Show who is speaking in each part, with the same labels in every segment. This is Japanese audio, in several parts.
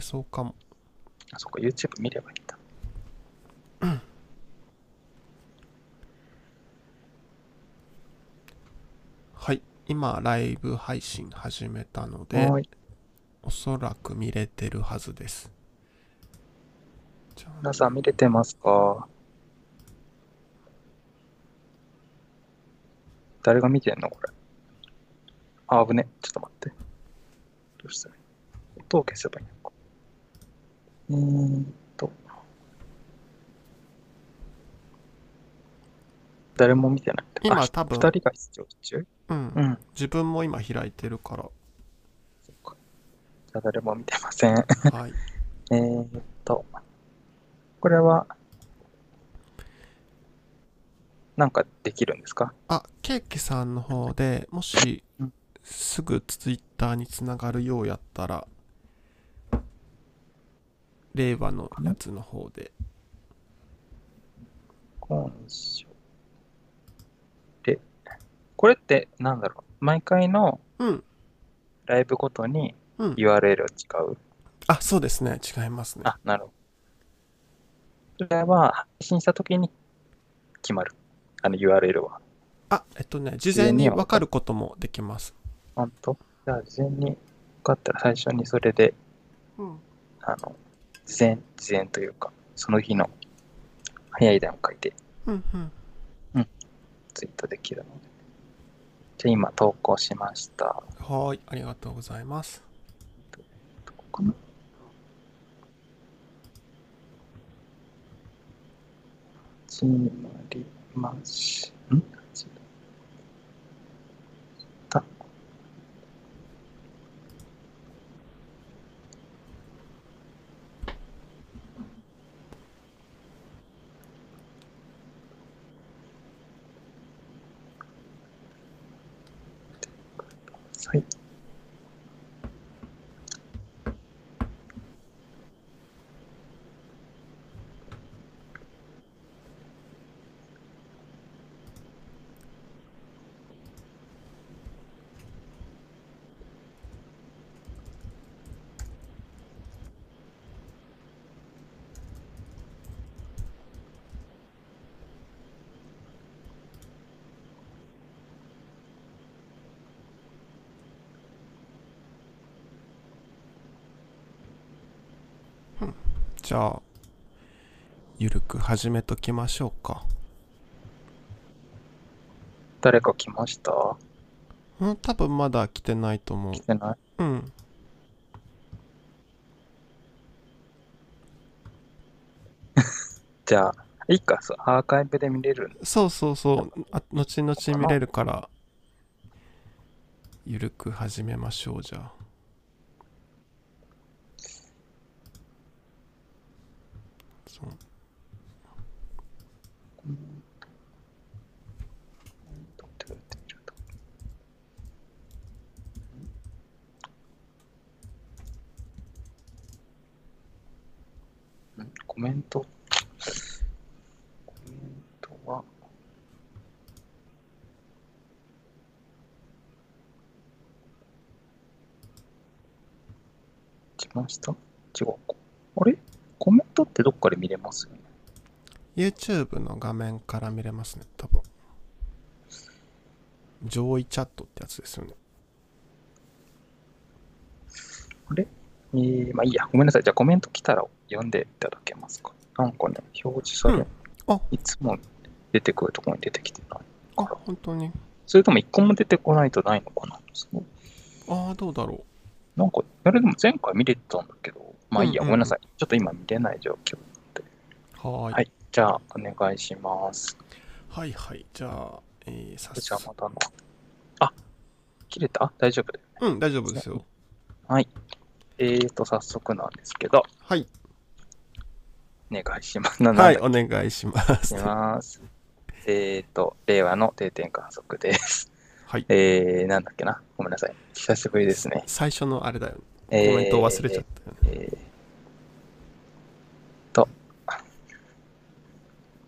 Speaker 1: そうかも。
Speaker 2: あそっか、YouTube 見ればいいんだ。
Speaker 1: はい。今、ライブ配信始めたので、
Speaker 2: はい
Speaker 1: おそらく見れてるはずです。じゃあ
Speaker 2: 皆さん見れてますか誰が見てんのこれ。あ、危ね。ちょっと待って。どうしたらいい音を消せばいいのか。うーんと。誰も見てない。
Speaker 1: 今
Speaker 2: あ
Speaker 1: 多分
Speaker 2: 二人が視聴中
Speaker 1: うん、
Speaker 2: うん。
Speaker 1: 自分も今開いてるか
Speaker 2: そっか。じゃあ誰も見てません。
Speaker 1: ら。はい。
Speaker 2: えーっと、これは、なんかできるんですか
Speaker 1: あ、ケーキさんの方でもし
Speaker 2: うん
Speaker 1: すぐツイッターにつながるようやったら、令和のやつの方で。
Speaker 2: 今週。で、これってなんだろう毎回の
Speaker 1: うん、
Speaker 2: ライブごとに
Speaker 1: うん。
Speaker 2: URL を使う。
Speaker 1: あ、そうですね。違いますね。
Speaker 2: あ、なるほど。それは配信した時に決まる。あの URL は。
Speaker 1: あ、えっとね、事前にわかることもできます。
Speaker 2: ほんとじゃあ事前に分かったら最初にそれで
Speaker 1: うん。
Speaker 2: あの、事前、事前というか、その日の早い段階で
Speaker 1: うん、うん。
Speaker 2: ツイートできるので。じゃあ今投稿しました。
Speaker 1: はーい。ありがとうございます。
Speaker 2: どこかな始まりまし、ん始まった。はい。
Speaker 1: じゃあ、ゆるく始めときましょうか。
Speaker 2: 誰か来ました
Speaker 1: うん、多分まだ来てないと思う
Speaker 2: 来。てない
Speaker 1: うん。
Speaker 2: じゃあ、いいか、そうアーカイブで見れるんだ
Speaker 1: そうそうそう。あ後々見れるから、ゆるく始めましょう、じゃあ。そう
Speaker 2: って言ってみると。んコメントコメントは来ました違うか。あれコメントってどっかで見れますよね
Speaker 1: YouTube の画面から見れますね、多分。上位チャットってやつですよね。
Speaker 2: えー、まあいいや、ごめんなさい。じゃあコメント来たら読んでいただけますか。なんかね、表示され、
Speaker 1: うんあ
Speaker 2: いつも出てくるところに出てきてない。
Speaker 1: あ、本当に。
Speaker 2: それとも一個も出てこないとないのかなすごい。
Speaker 1: ああ、どうだろ
Speaker 2: なんか、あれでも前回見れてたんだけど、まあいいや、
Speaker 1: うんうん
Speaker 2: ごめんなさい。ちょっと今見れない状況。
Speaker 1: う。はーい。
Speaker 2: はい。じゃあ、お願いします。
Speaker 1: はいはい。じゃあ、えー、早
Speaker 2: じゃあ
Speaker 1: 速
Speaker 2: ま。たの。あ、切れた大丈夫です。
Speaker 1: うん、大丈夫ですよ。
Speaker 2: はい。えーと、早速なんですけど、
Speaker 1: はい。
Speaker 2: お願いします。な
Speaker 1: はい、
Speaker 2: なんだ
Speaker 1: お願いしま
Speaker 2: っ
Speaker 1: す
Speaker 2: け。ます。えーと、令和の定点観測です。
Speaker 1: はい。
Speaker 2: えー、なんだっけな。ごめんなさい。久しぶりですね。
Speaker 1: 最初のあれだよね。
Speaker 2: コ
Speaker 1: コメント忘れちゃったよね。
Speaker 2: えーと、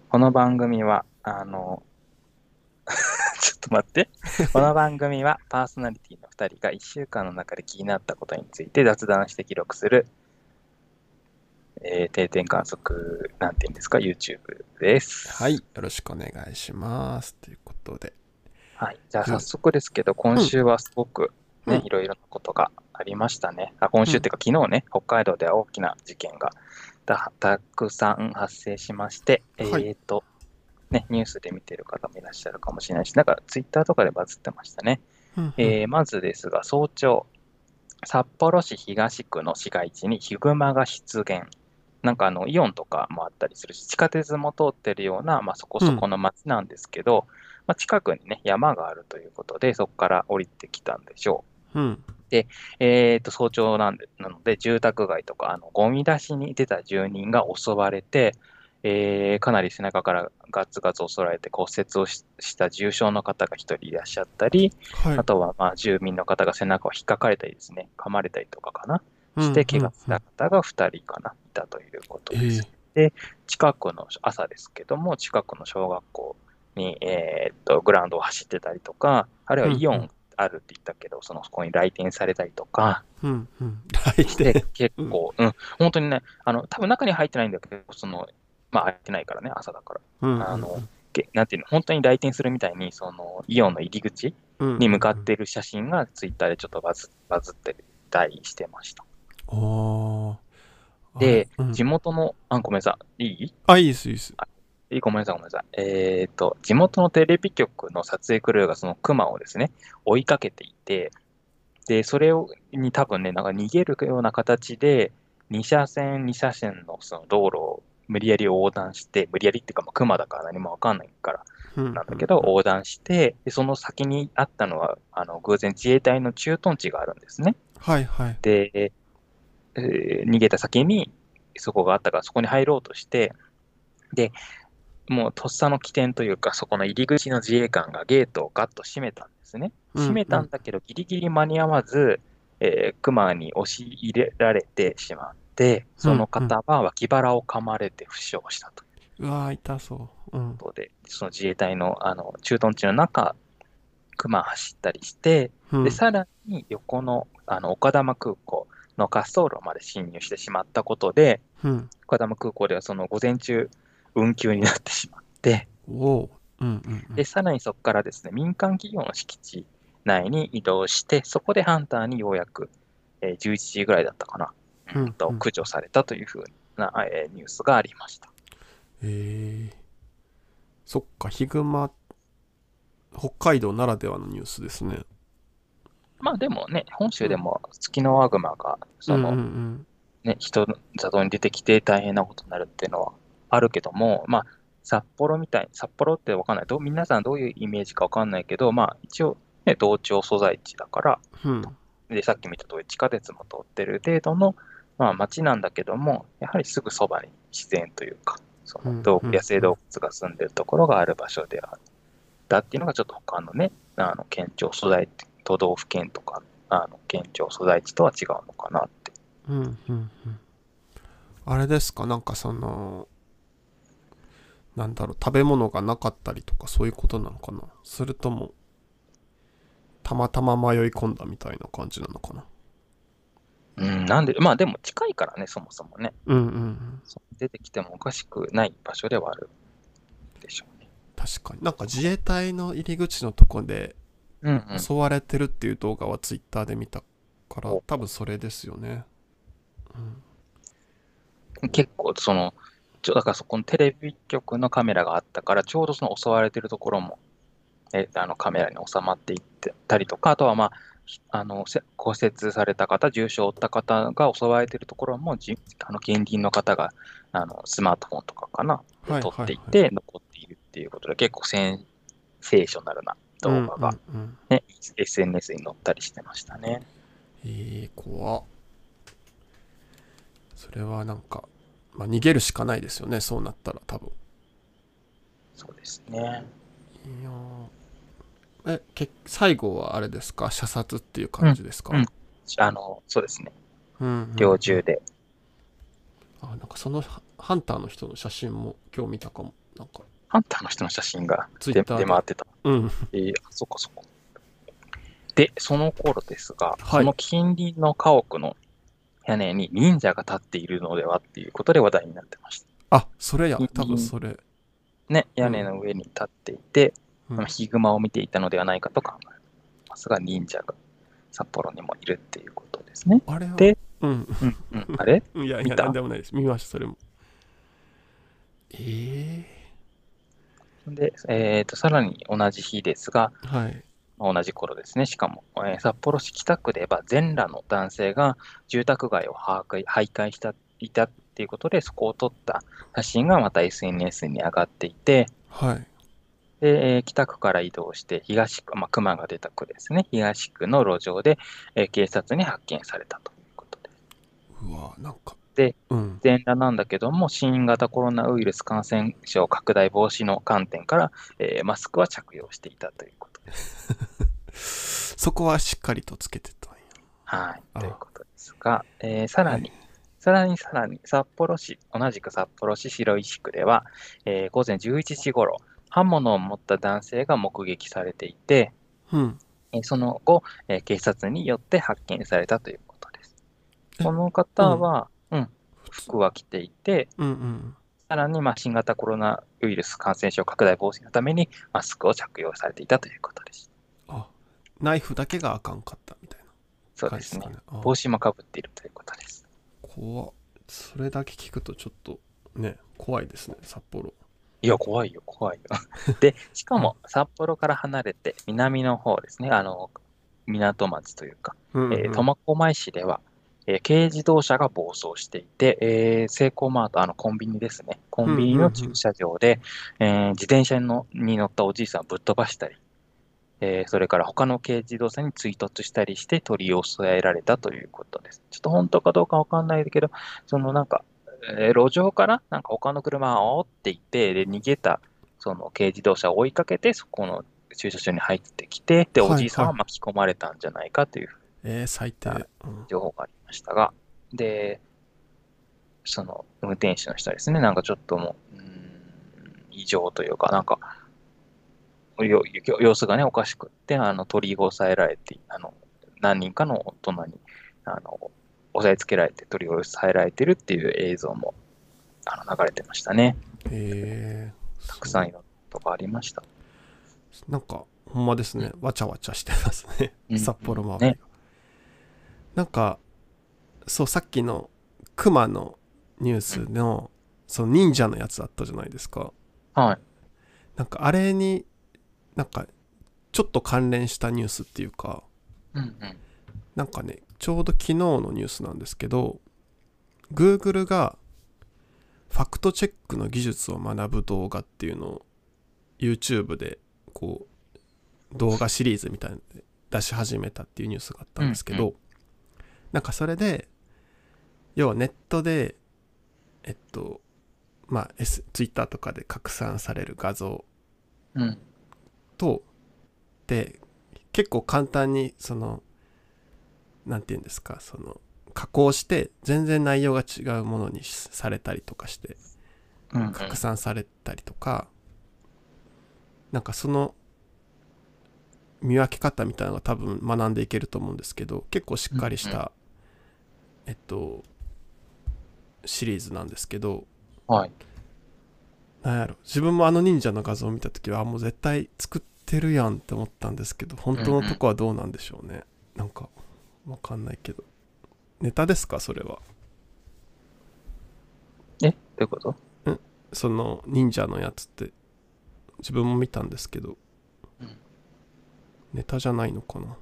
Speaker 2: この番組は、あの、 ちょっと待って。この番組はパーソナリティの2人が1週間の中で気になったことについて雑談して記録するえー定点観測、なんて言うんですか、YouTube です。
Speaker 1: はい。。よろしくお願いします。ということで。
Speaker 2: はい、じゃあ
Speaker 1: うん
Speaker 2: 早速ですけど、今週はすごく、ね
Speaker 1: うん
Speaker 2: いろいろなことがありましたね。あ今週っていうか、昨日ね、北海道では大きな事件がたたくさん発生しまして、
Speaker 1: はい
Speaker 2: えっと、ね、ニュースで見てる方もいらっしゃるかもしれないし、なんかツイッターとかでバズってましたね。
Speaker 1: うん
Speaker 2: えーまずですが、早朝、札幌市東区の市街地にヒグマが出現。なんかあのイオンとかもあったりするし、地下鉄も通ってるような、まあ、そこそこの街なんですけど、まあ、近くにね、山があるということで、そこから降りてきたんでしょ
Speaker 1: うんうん
Speaker 2: う。えー、と早朝なんでなので、住宅街とかあのゴミ出しに出た住人が襲われて、えーかなり背中からガツガツ襲われて骨折をしした重傷の方が1人いらっしゃったり、
Speaker 1: はい
Speaker 2: あとは、まあ、住民の方が背中を引っかかれたりですね、噛まれたりとかかな、して、怪我した方が2人かな、いたということ
Speaker 1: うんうん
Speaker 2: で
Speaker 1: え
Speaker 2: す。近くの朝ですけども、近くの小学校に、えーっとグラウンドを走ってたりとか、あるいはイオ
Speaker 1: うんう
Speaker 2: ンあるって言ったけど、そのそこに来店されたりとか、
Speaker 1: ーうんうん。来
Speaker 2: で
Speaker 1: て。
Speaker 2: 結構、うん、本当にね、あの多分中に入ってないんだけど、そのまあ、入ってないからね、朝だから。
Speaker 1: うん
Speaker 2: あのけなんていうの本当に来店するみたいに、そのイオンの入り口に向かっ。ている写真がツイッターでちょっとバズバズってたりしてました。
Speaker 1: うんうんうんあー
Speaker 2: で、
Speaker 1: あうん
Speaker 2: 地元の、あ、ごめんなさい、いい
Speaker 1: あ、いいです、いいです。
Speaker 2: いいごめんなさい、ごめんなさい。えっ、と、地元のテレビ局の撮影クルーがそのクマをですね、追いかけていて、で、それをに多分ね、なんか逃げるような形で、2車線、2車線のその道路を無理やり横断して、無理やりっていうか、まあ、クマだから何もわかんないから、
Speaker 1: うん
Speaker 2: なんだけど、、横断して、でその先にあったのは、あの偶然自衛隊の駐屯地があるんですね。
Speaker 1: はいはい。
Speaker 2: で、えー逃げた先にそこがあったから、そこに入ろうとして、で、もうとっさの起点というか、そこの入り口の自衛官がゲートをガッと閉めたんですね。閉めたんだけど、ギリギリ間に合わず、えークマに押し入れられてしまって、その方は脇腹を噛まれて負傷したという
Speaker 1: うん。うわー、痛そう。うん
Speaker 2: こ。とで、その自衛隊のあの駐屯地の中、クマ走ったりして、
Speaker 1: うん
Speaker 2: で、さらに横のあの岡玉空港の滑走路まで侵入してしまったことで、
Speaker 1: うん。
Speaker 2: 岡玉空港ではその午前中、運休になってしまって、
Speaker 1: おう。うんうんうん
Speaker 2: で、さらにそこからですね、民間企業の敷地内に移動して、そこでハンターにようやく、えー11時ぐらいだったかな、
Speaker 1: うん
Speaker 2: うんと
Speaker 1: うん
Speaker 2: 駆除されたというふうな、えーニュースがありました。
Speaker 1: えー、そっか、ヒグマ、北海道ならではのニュースですね。
Speaker 2: まあでもね、本州でもツキノワグマが、その、
Speaker 1: うんうん
Speaker 2: ね、人の里に出てきて大変なことになるっていうのはあるけども、まあ、札幌みたい、札幌ってわかんない、どう皆さんどういうイメージかわかんないけど、まあ、一応、ね、同調素材地だから、
Speaker 1: うん。
Speaker 2: でさっき見た通り地下鉄も通ってる程度の、まあ、町なんだけども、やはりすぐそばに自然というか、そ
Speaker 1: うん
Speaker 2: の動
Speaker 1: うん
Speaker 2: 野生動物が住んでるところがある場所であったっていうのが、ちょっと他のね、あの県庁所在地、都道府県とか、あの県庁所在地とは違うのかなって。
Speaker 1: うんうんうんうん。あれですか、なんかその、なんだろう、食べ物がなかったりとかそういうことなのかなそれとも、たまたま迷い込んだみたいな感じなのかな
Speaker 2: うん、なんで、まあでも近いからね、そもそもね。
Speaker 1: うんうんうん。
Speaker 2: そう出てきてもおかしくない場所ではあるでしょうね。
Speaker 1: 確かに。なんか自衛隊の入り口のとこで、
Speaker 2: うん、うん。
Speaker 1: 襲われてるっていう動画はツイッターで見たから
Speaker 2: お
Speaker 1: 多分それですよね。うん
Speaker 2: 結構、その、ちょだからそこのテレビ局のカメラがあったから、ちょうどその襲われてるところも、えあのカメラに収まっていってたりとか、あとはまあ、ひあのせ骨折された方、重傷を負った方が襲われてるところも、じあの近隣の方があのスマートフォンとかかな、
Speaker 1: は
Speaker 2: で
Speaker 1: い
Speaker 2: 撮ってい
Speaker 1: は
Speaker 2: て、残っているっていうことで、結構センセーショナルな動画が
Speaker 1: うんうんうん
Speaker 2: ね、SNS に載ったりしてましたね。
Speaker 1: えー、怖っそれはなんか、まあ、逃げるしかないですよねそうなったら多分。
Speaker 2: そうですね。
Speaker 1: いやーえけ最後はあれですか射殺っていう感じですか、
Speaker 2: うんうんあの、そうですね。
Speaker 1: うんうん
Speaker 2: 猟銃で。
Speaker 1: あなんかそのハハンターの人の写真も今日見たかもなんか
Speaker 2: ハンターの人の写真が
Speaker 1: ツイ
Speaker 2: 出
Speaker 1: ッターで
Speaker 2: 出回ってた。
Speaker 1: うん
Speaker 2: えーあ、そこそこ。で、その頃ですが、
Speaker 1: はい
Speaker 2: その近隣の家屋の屋根に忍者が立っているのではっていうことで話題になってました。
Speaker 1: あ、それや、多分それ。
Speaker 2: ね、屋根の上に立っていて、
Speaker 1: うん
Speaker 2: まあヒグマを見ていたのではないかと考えますが、忍者が札幌にもいるっていうことですね。
Speaker 1: あれは。
Speaker 2: で
Speaker 1: うん。
Speaker 2: うんうん、あれ
Speaker 1: いやい
Speaker 2: 見
Speaker 1: や、
Speaker 2: た
Speaker 1: なんでもないです。見ました、それも。え
Speaker 2: で、えー、とさらに同じ日ですが、
Speaker 1: えはい。
Speaker 2: まあ同じ頃ですね、しかも、えー札幌市北区では全裸の男性が住宅街を破壊徘徊したいたっていうことで、そこを撮った写真がまた SNS に上がっていて、
Speaker 1: はい。
Speaker 2: でえー北区から移動して東区、まあ、熊が出た区ですね、東区の路上で、えー警察に発見されたということで、
Speaker 1: うわ、なんか。
Speaker 2: で、
Speaker 1: うん。
Speaker 2: 全裸なんだけども、新型コロナウイルス感染症拡大防止の観点から、えーマスクは着用していたということです。
Speaker 1: そこはしっかりとつけてたんや。
Speaker 2: はい、
Speaker 1: あ
Speaker 2: ということですが、えーさらに、さらにさらに、札幌市、同じく札幌市白石区では、えー午前11時ごろ、刃物を持った男性が目撃されていて、
Speaker 1: うん。
Speaker 2: えーその後、えー警察によって発見されたということです。
Speaker 1: え
Speaker 2: この方は、うん、服は着ていて、
Speaker 1: うんうん。
Speaker 2: さらに、まあ、新型コロナウイルス感染症拡大防止のためにマスクを着用されていたということです。
Speaker 1: あ、ナイフだけがあかんかったみたい
Speaker 2: そ
Speaker 1: な
Speaker 2: う
Speaker 1: 感
Speaker 2: で
Speaker 1: じ
Speaker 2: すね
Speaker 1: か。ね。あ
Speaker 2: 帽子もかぶっているということです。
Speaker 1: 怖っそれだけ聞くとちょっとね、怖いですね、札幌。
Speaker 2: いや、怖いよ、 怖いよ。で、しかも札幌から離れて南の方ですね、あの、港町というか、
Speaker 1: うん、
Speaker 2: えー苫小牧市では、えー軽自動車が暴走していて、えーセイコーマート、あのコンビニですね、コンビニの駐車場で、えー自転車のに乗ったおじいさんをぶっ飛ばしたり、えーそれから他の軽自動車に追突したりして取り押さえられたということです。ちょっと本当かどうかわかんないけど、そのなんか、えー路上からなんか他の車を煽っていて、で逃げたその軽自動車を追いかけて、そこの駐車場に入ってきて、で、
Speaker 1: はい
Speaker 2: おじいさんは
Speaker 1: はい
Speaker 2: 巻き込まれたんじゃないかという
Speaker 1: えー最低。うん
Speaker 2: 情報がありましたが、で、その運転手の人はですね、なんかちょっともう、うーん異常というか、なんか、よよ様子がね、おかしくって、あの取り押さえられて、あの何人かの大人にあの押さえつけられて、取り押さえられてるっていう映像もあの流れてましたね。
Speaker 1: えー、
Speaker 2: たくさんい
Speaker 1: そう
Speaker 2: ろんなことがありました。
Speaker 1: なんか、ほんまですね、わちゃわちゃしてますね、
Speaker 2: うん
Speaker 1: 札幌周りが。
Speaker 2: ね
Speaker 1: なんか、そう、さっきの熊のニュースの、その忍者のやつあったじゃないですか。
Speaker 2: はい。
Speaker 1: なんか、あれに、なんか、ちょっと関連したニュースっていうか、
Speaker 2: うんうん。
Speaker 1: なんかね、ちょうど昨日のニュースなんですけど、Google がファクトチェックの技術を学ぶ動画っていうのを YouTube でこう動画シリーズみたいなので出し始めたっていうニュースがあったんですけど、
Speaker 2: うん
Speaker 1: なんかそれで要はネットでえっとまあ、S、Twitter とかで拡散される画像
Speaker 2: うん。
Speaker 1: とで結構簡単にそのなんて言うんですかその加工して全然内容が違うものにしされたりとかして
Speaker 2: うんうん。
Speaker 1: 拡散されたりとか、なんかその見分け方みたいなのが多分学んでいけると思うんですけど結構しっかりした、えっとシリーズなんですけど
Speaker 2: はい。
Speaker 1: なんやろ自分もあの忍者の画像を見た時はあもう絶対作ってるやんって思ったんですけど本当のとこはどうなんでしょうねなんかわかんないけどネタですかそれは
Speaker 2: え、どういうこと
Speaker 1: その忍者のやつって自分も見たんですけど
Speaker 2: うん
Speaker 1: ネタじゃないのかな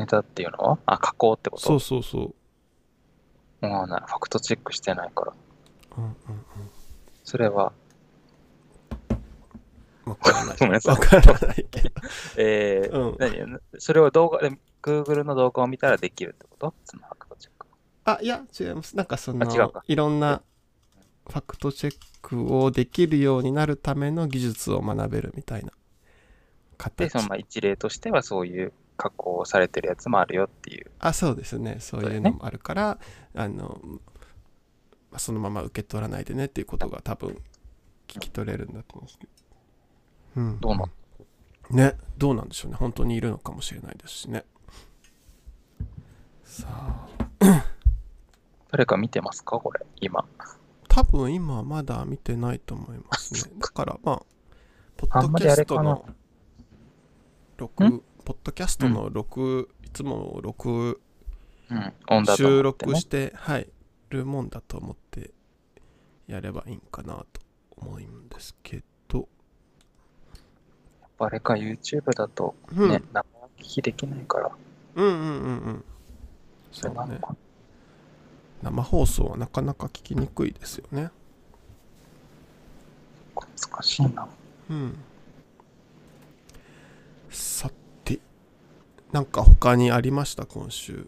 Speaker 2: ネタっていうのはあ、加工ってこと
Speaker 1: そうそうそう
Speaker 2: ああ、なるファクトチェックしてないから。
Speaker 1: うんうん
Speaker 2: それは、
Speaker 1: うんわから ない
Speaker 2: ごめんなさい
Speaker 1: わからないけ
Speaker 2: えー、
Speaker 1: ど、うん、
Speaker 2: 何それを動画で、Google の動画を見たらできるってことそのファクトチェック。
Speaker 1: あいや違いますなんかそ
Speaker 2: あ違う
Speaker 1: の
Speaker 2: か
Speaker 1: いろんなファクトチェックをできるようになるための技術を学べるみたいな
Speaker 2: で、
Speaker 1: 形
Speaker 2: そのまあ一例としては、そういう加工されてるやつもあるよっていう。
Speaker 1: あそうですねそういうのもあるから、あのまあそのまま受け取らないでねっていうことが多分聞き取れるんだと思うんですけど、うん、
Speaker 2: どうなん
Speaker 1: ねどうなんでしょうね本当にいるのかもしれないですしねさあ
Speaker 2: 誰か見てますかこれ、今。
Speaker 1: 多分今まだ見てないと思います
Speaker 2: あそ
Speaker 1: ね
Speaker 2: っ。
Speaker 1: だからまあ、ポ
Speaker 2: あ
Speaker 1: ッ
Speaker 2: ん
Speaker 1: ド
Speaker 2: ま
Speaker 1: キ
Speaker 2: り
Speaker 1: ャ
Speaker 2: あれ
Speaker 1: ス
Speaker 2: か
Speaker 1: ト
Speaker 2: な
Speaker 1: の録、ポッドキャストの録、いつも録、
Speaker 2: うん、オンだと思ってね
Speaker 1: 収録して、はい、るもんだと思ってやればいいんかなと思うんですけど、
Speaker 2: あれか YouTube だと
Speaker 1: うん、
Speaker 2: ね、生聞きできないから、
Speaker 1: うんうんうんうん。
Speaker 2: そ
Speaker 1: そ
Speaker 2: れな
Speaker 1: う
Speaker 2: の
Speaker 1: ね。
Speaker 2: かな。
Speaker 1: 生放送はなかなか聞きにくいですよね。
Speaker 2: 難しいな。
Speaker 1: うん。さて、なんか他にありました、今週。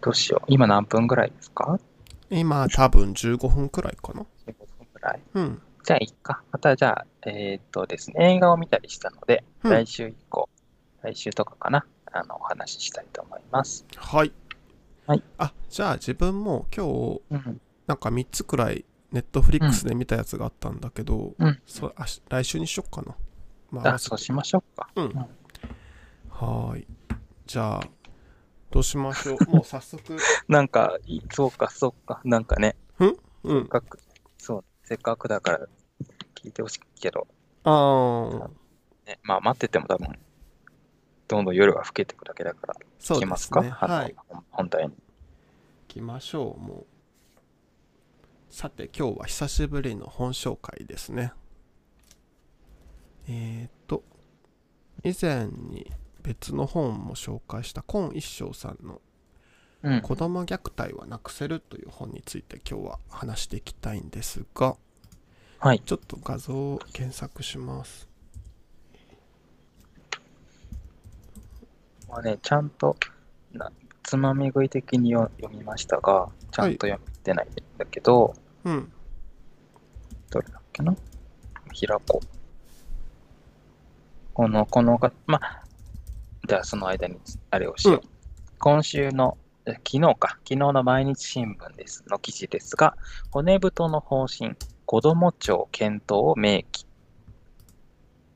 Speaker 2: どうしよう。今何分ぐらいですか
Speaker 1: 今、多分15分くらいかな。
Speaker 2: ?15 分ぐらい。
Speaker 1: うん。
Speaker 2: じゃあ、いっか。また、じゃあ、えーっとですね、映画を見たりしたので、
Speaker 1: うん
Speaker 2: 来週以降、来週とかかな、あの、お話ししたいと思います。
Speaker 1: はい。
Speaker 2: はい。
Speaker 1: あ、じゃあ自分も今日、
Speaker 2: うん。
Speaker 1: なんか3つくらい、ネットフリックスで見たやつがあったんだけど、
Speaker 2: うん。
Speaker 1: そあし来週にしよっかな。まあ、合
Speaker 2: あ、
Speaker 1: わせ
Speaker 2: そうしましょうか。
Speaker 1: うん。はーい。じゃあ、どうしましょう。もう早速。
Speaker 2: なんか、いそうか、そうか。なんかね、
Speaker 1: うん
Speaker 2: せっ。かく、そう、せっかくだから、聞いてほしいけど、
Speaker 1: あ ー
Speaker 2: ね、まあ、待ってても多分、どんどん夜が更けていくだけだから、
Speaker 1: そうですね。
Speaker 2: 聞きますかあの
Speaker 1: はい。
Speaker 2: 本題に。
Speaker 1: 行きましょう、もう。さて、今日は久しぶりの本紹介ですね。えー、っと、以前に別の本も紹介した今一生さんの
Speaker 2: うん。
Speaker 1: 子供虐待はなくせるという本について今日は話していきたいんですが、
Speaker 2: はい。
Speaker 1: ちょっと画像を検索します。
Speaker 2: まあね、ちゃんとなつまみ食い的によ読みましたが、ちゃんと読めてないんだけど、
Speaker 1: うん。
Speaker 2: どれだっけな開こう。この、このが、まあ、じゃあその間にあれをしよう。
Speaker 1: うん
Speaker 2: 今週の、え昨日か、昨日の毎日新聞ですの記事ですが、骨太の方針、子ども庁検討を明記。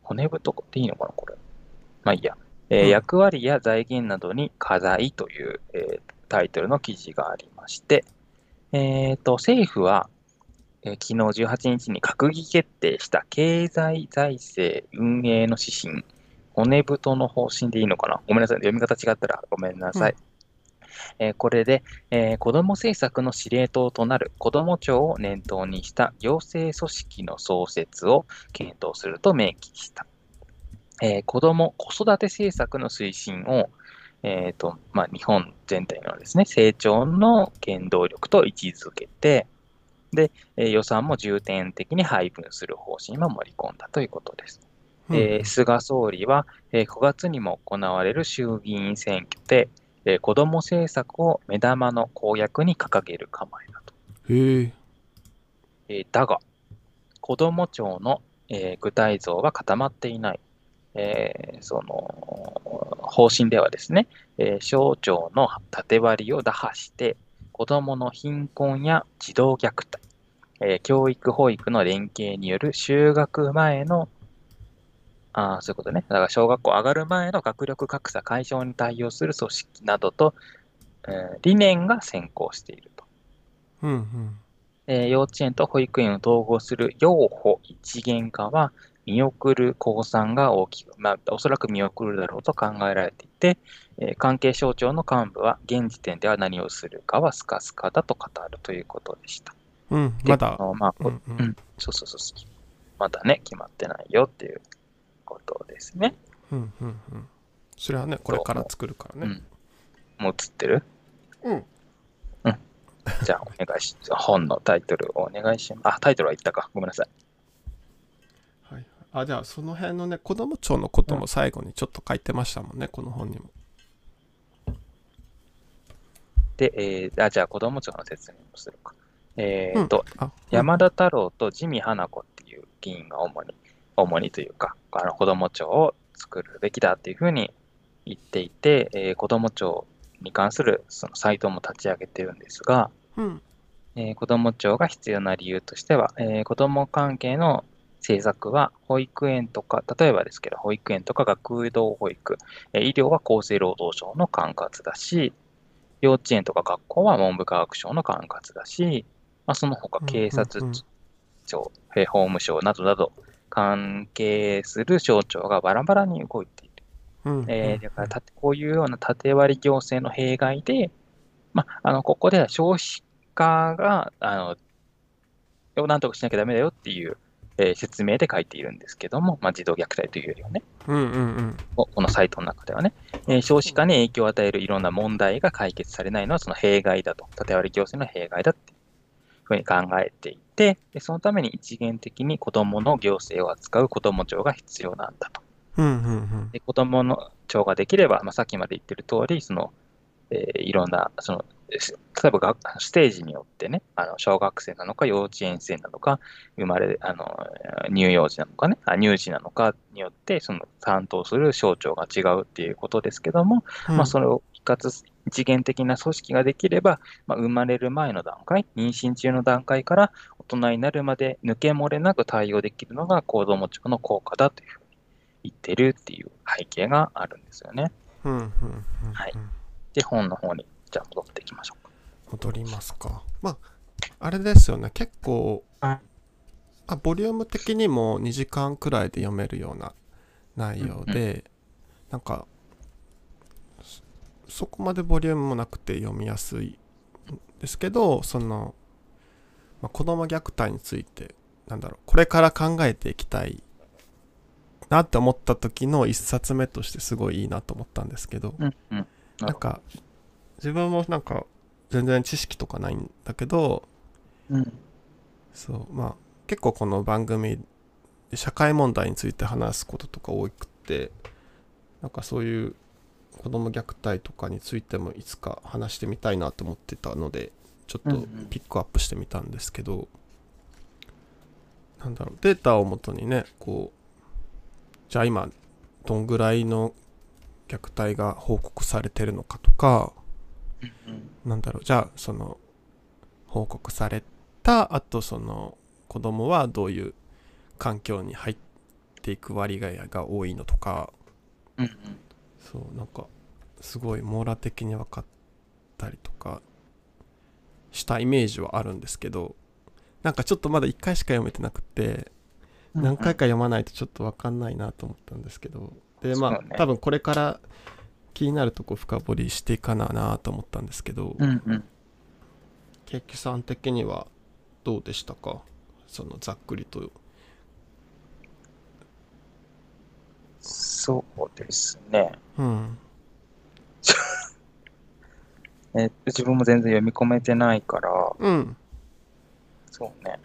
Speaker 2: 骨太っていいのかな、これ。まあいいや。えー
Speaker 1: うん
Speaker 2: 役割や財源などに課題という、えータイトルの記事がありまして、えー、と政府は、えー昨日18日に閣議決定した経済財政運営の指針、骨太の方針でいいのかなごめんなさい、読み方違ったらごめんなさい。えーこれで、えー子ども政策の司令塔となる子ども庁を念頭にした行政組織の創設を検討すると明記した。えー子ども・子育て政策の推進を、えーとまあ、日本全体のです、ね、成長の原動力と位置づけてで、えー予算も重点的に配分する方針も盛り込んだということです。えー菅総理は、えー9月にも行われる衆議院選挙で、えー子ども政策を目玉の公約に掲げる構えだと。
Speaker 1: うん、へえ。
Speaker 2: えーだが、子ども庁の、えー具体像は固まっていない。えーその方針ではですね、えー省庁の縦割りを打破して、子どもの貧困や児童虐待、えー教育・保育の連携による就学前の、あーそういうことね、だから小学校上がる前の学力格差解消に対応する組織などと、えー理念が先行していると。
Speaker 1: うんうん。
Speaker 2: えー幼稚園と保育園を統合する幼保一元化は見送る公算が大きく、まあ、おそらく見送るだろうと考えられていて、えー関係省庁の幹部は現時点では何をするかはスカスカだと語るということでした。
Speaker 1: うん、
Speaker 2: で
Speaker 1: まだ
Speaker 2: あ。のまあ、こ
Speaker 1: うんうん
Speaker 2: うんそうそうそうそう。まだね、決まってないよっていうことですね。
Speaker 1: うんうんうん。それはね、これから作るからね。
Speaker 2: うん、もう映ってる
Speaker 1: うん。
Speaker 2: じゃあ、お願いし、本のタイトルをお願いします。あ、タイトルは言ったか。ごめんなさい。
Speaker 1: はい、あじゃあその辺のね子ども庁のことも最後にちょっと書いてましたもんね、この本にも。
Speaker 2: で、えーあじゃあ子供庁の説明をするか。えーと、
Speaker 1: あ
Speaker 2: 山田太郎と地味花子っていう議員が主に、主にというか、あの子供庁を作るべきだっていうふうに言っていて、えー子供庁に関するそのサイトも立ち上げてるんですが、
Speaker 1: うん
Speaker 2: えー子ども庁が必要な理由としては、えー子ども関係の、政策は保育園とか、例えばですけど、保育園とか学童保育、えー医療は厚生労働省の管轄だし、幼稚園とか学校は文部科学省の管轄だし、まあ、その他
Speaker 1: うん
Speaker 2: 警察
Speaker 1: うんうん
Speaker 2: 庁、えー法務省などなど、関係する省庁がバラバラに動いている。
Speaker 1: うん
Speaker 2: えーだ
Speaker 1: う
Speaker 2: か
Speaker 1: ん
Speaker 2: らたこういうような縦割り行政の弊害で、まあ、あのここでは少子化があのをなんとかしなきゃダメだよっていう、えー説明で書いているんですけども、まあ、児童虐待というよりはね、
Speaker 1: うんうんうん
Speaker 2: ここのサイトの中ではね、えー少子化に影響を与えるいろんな問題が解決されないのはその弊害だと、縦割り行政の弊害だっていうふうに考えていて、でそのために一元的に子どもの行政を扱う子ども庁が必要なんだと。
Speaker 1: うんうんうん
Speaker 2: で子どもの腸ができれば、まあ、さっきまで言ってる通りその、えーいろんなそのえし例えば学ステージによってねあの小学生なのか幼稚園生なのか生まれあのえー乳幼児なのかねあ乳児なのかによってその担当する省庁が違うっていうことですけども、
Speaker 1: うん
Speaker 2: まあ、それを一括す一元的な組織ができれば、まあ、生まれる前の段階、妊娠中の段階から大人になるまで抜け漏れなく対応できるのが行動も庁の効果だというふうに言ってるっていう背景があるんですよね。
Speaker 1: うんうんうんうん
Speaker 2: はいで、本の方にじゃあ戻っていきましょうか。
Speaker 1: 戻りますかまああれですよね結構
Speaker 2: はい
Speaker 1: あボリューム的にも2時間くらいで読めるような内容で、なんかそそこまでボリュームもなくて読みやすいんですけどその、まあ、子ども虐待についてなんだろうこれから考えていきたいなって思った時の1冊目としてすごいいいなと思ったんですけど、
Speaker 2: うんうん。
Speaker 1: なんか自分もなんか全然知識とかないんだけど
Speaker 2: うん
Speaker 1: そうまあ結構この番組で社会問題について話すこととか多くってなんかそういう子ども虐待とかについてもいつか話してみたいなと思ってたのでちょっ
Speaker 2: うん
Speaker 1: と
Speaker 2: うん
Speaker 1: ピックアップしてみたんですけど、なんだろうデータをもとにねこうじゃあ今どんぐらいの虐待が報告されてるのかとか
Speaker 2: うん
Speaker 1: なんだろうじゃあその報告されたあとその子供はどういう環境に入っていく割合が多いのとか
Speaker 2: うんうん
Speaker 1: そうなんかすごい網羅的に分かったりとかしたイメージはあるんですけどなんかちょっとまだ1回しか読めてなくて
Speaker 2: うん
Speaker 1: 何回か読まないとちょっと分かんないなと思ったんですけどでま
Speaker 2: そうね
Speaker 1: あ多分これから気になるとこ深掘りしていかななと思ったんですけど。
Speaker 2: うんうん
Speaker 1: ケーキさん的にはどうでしたかそのざっくりと。
Speaker 2: そうですね。
Speaker 1: うん。
Speaker 2: えー自分も全然読み込めてないから、
Speaker 1: うん。
Speaker 2: そうね。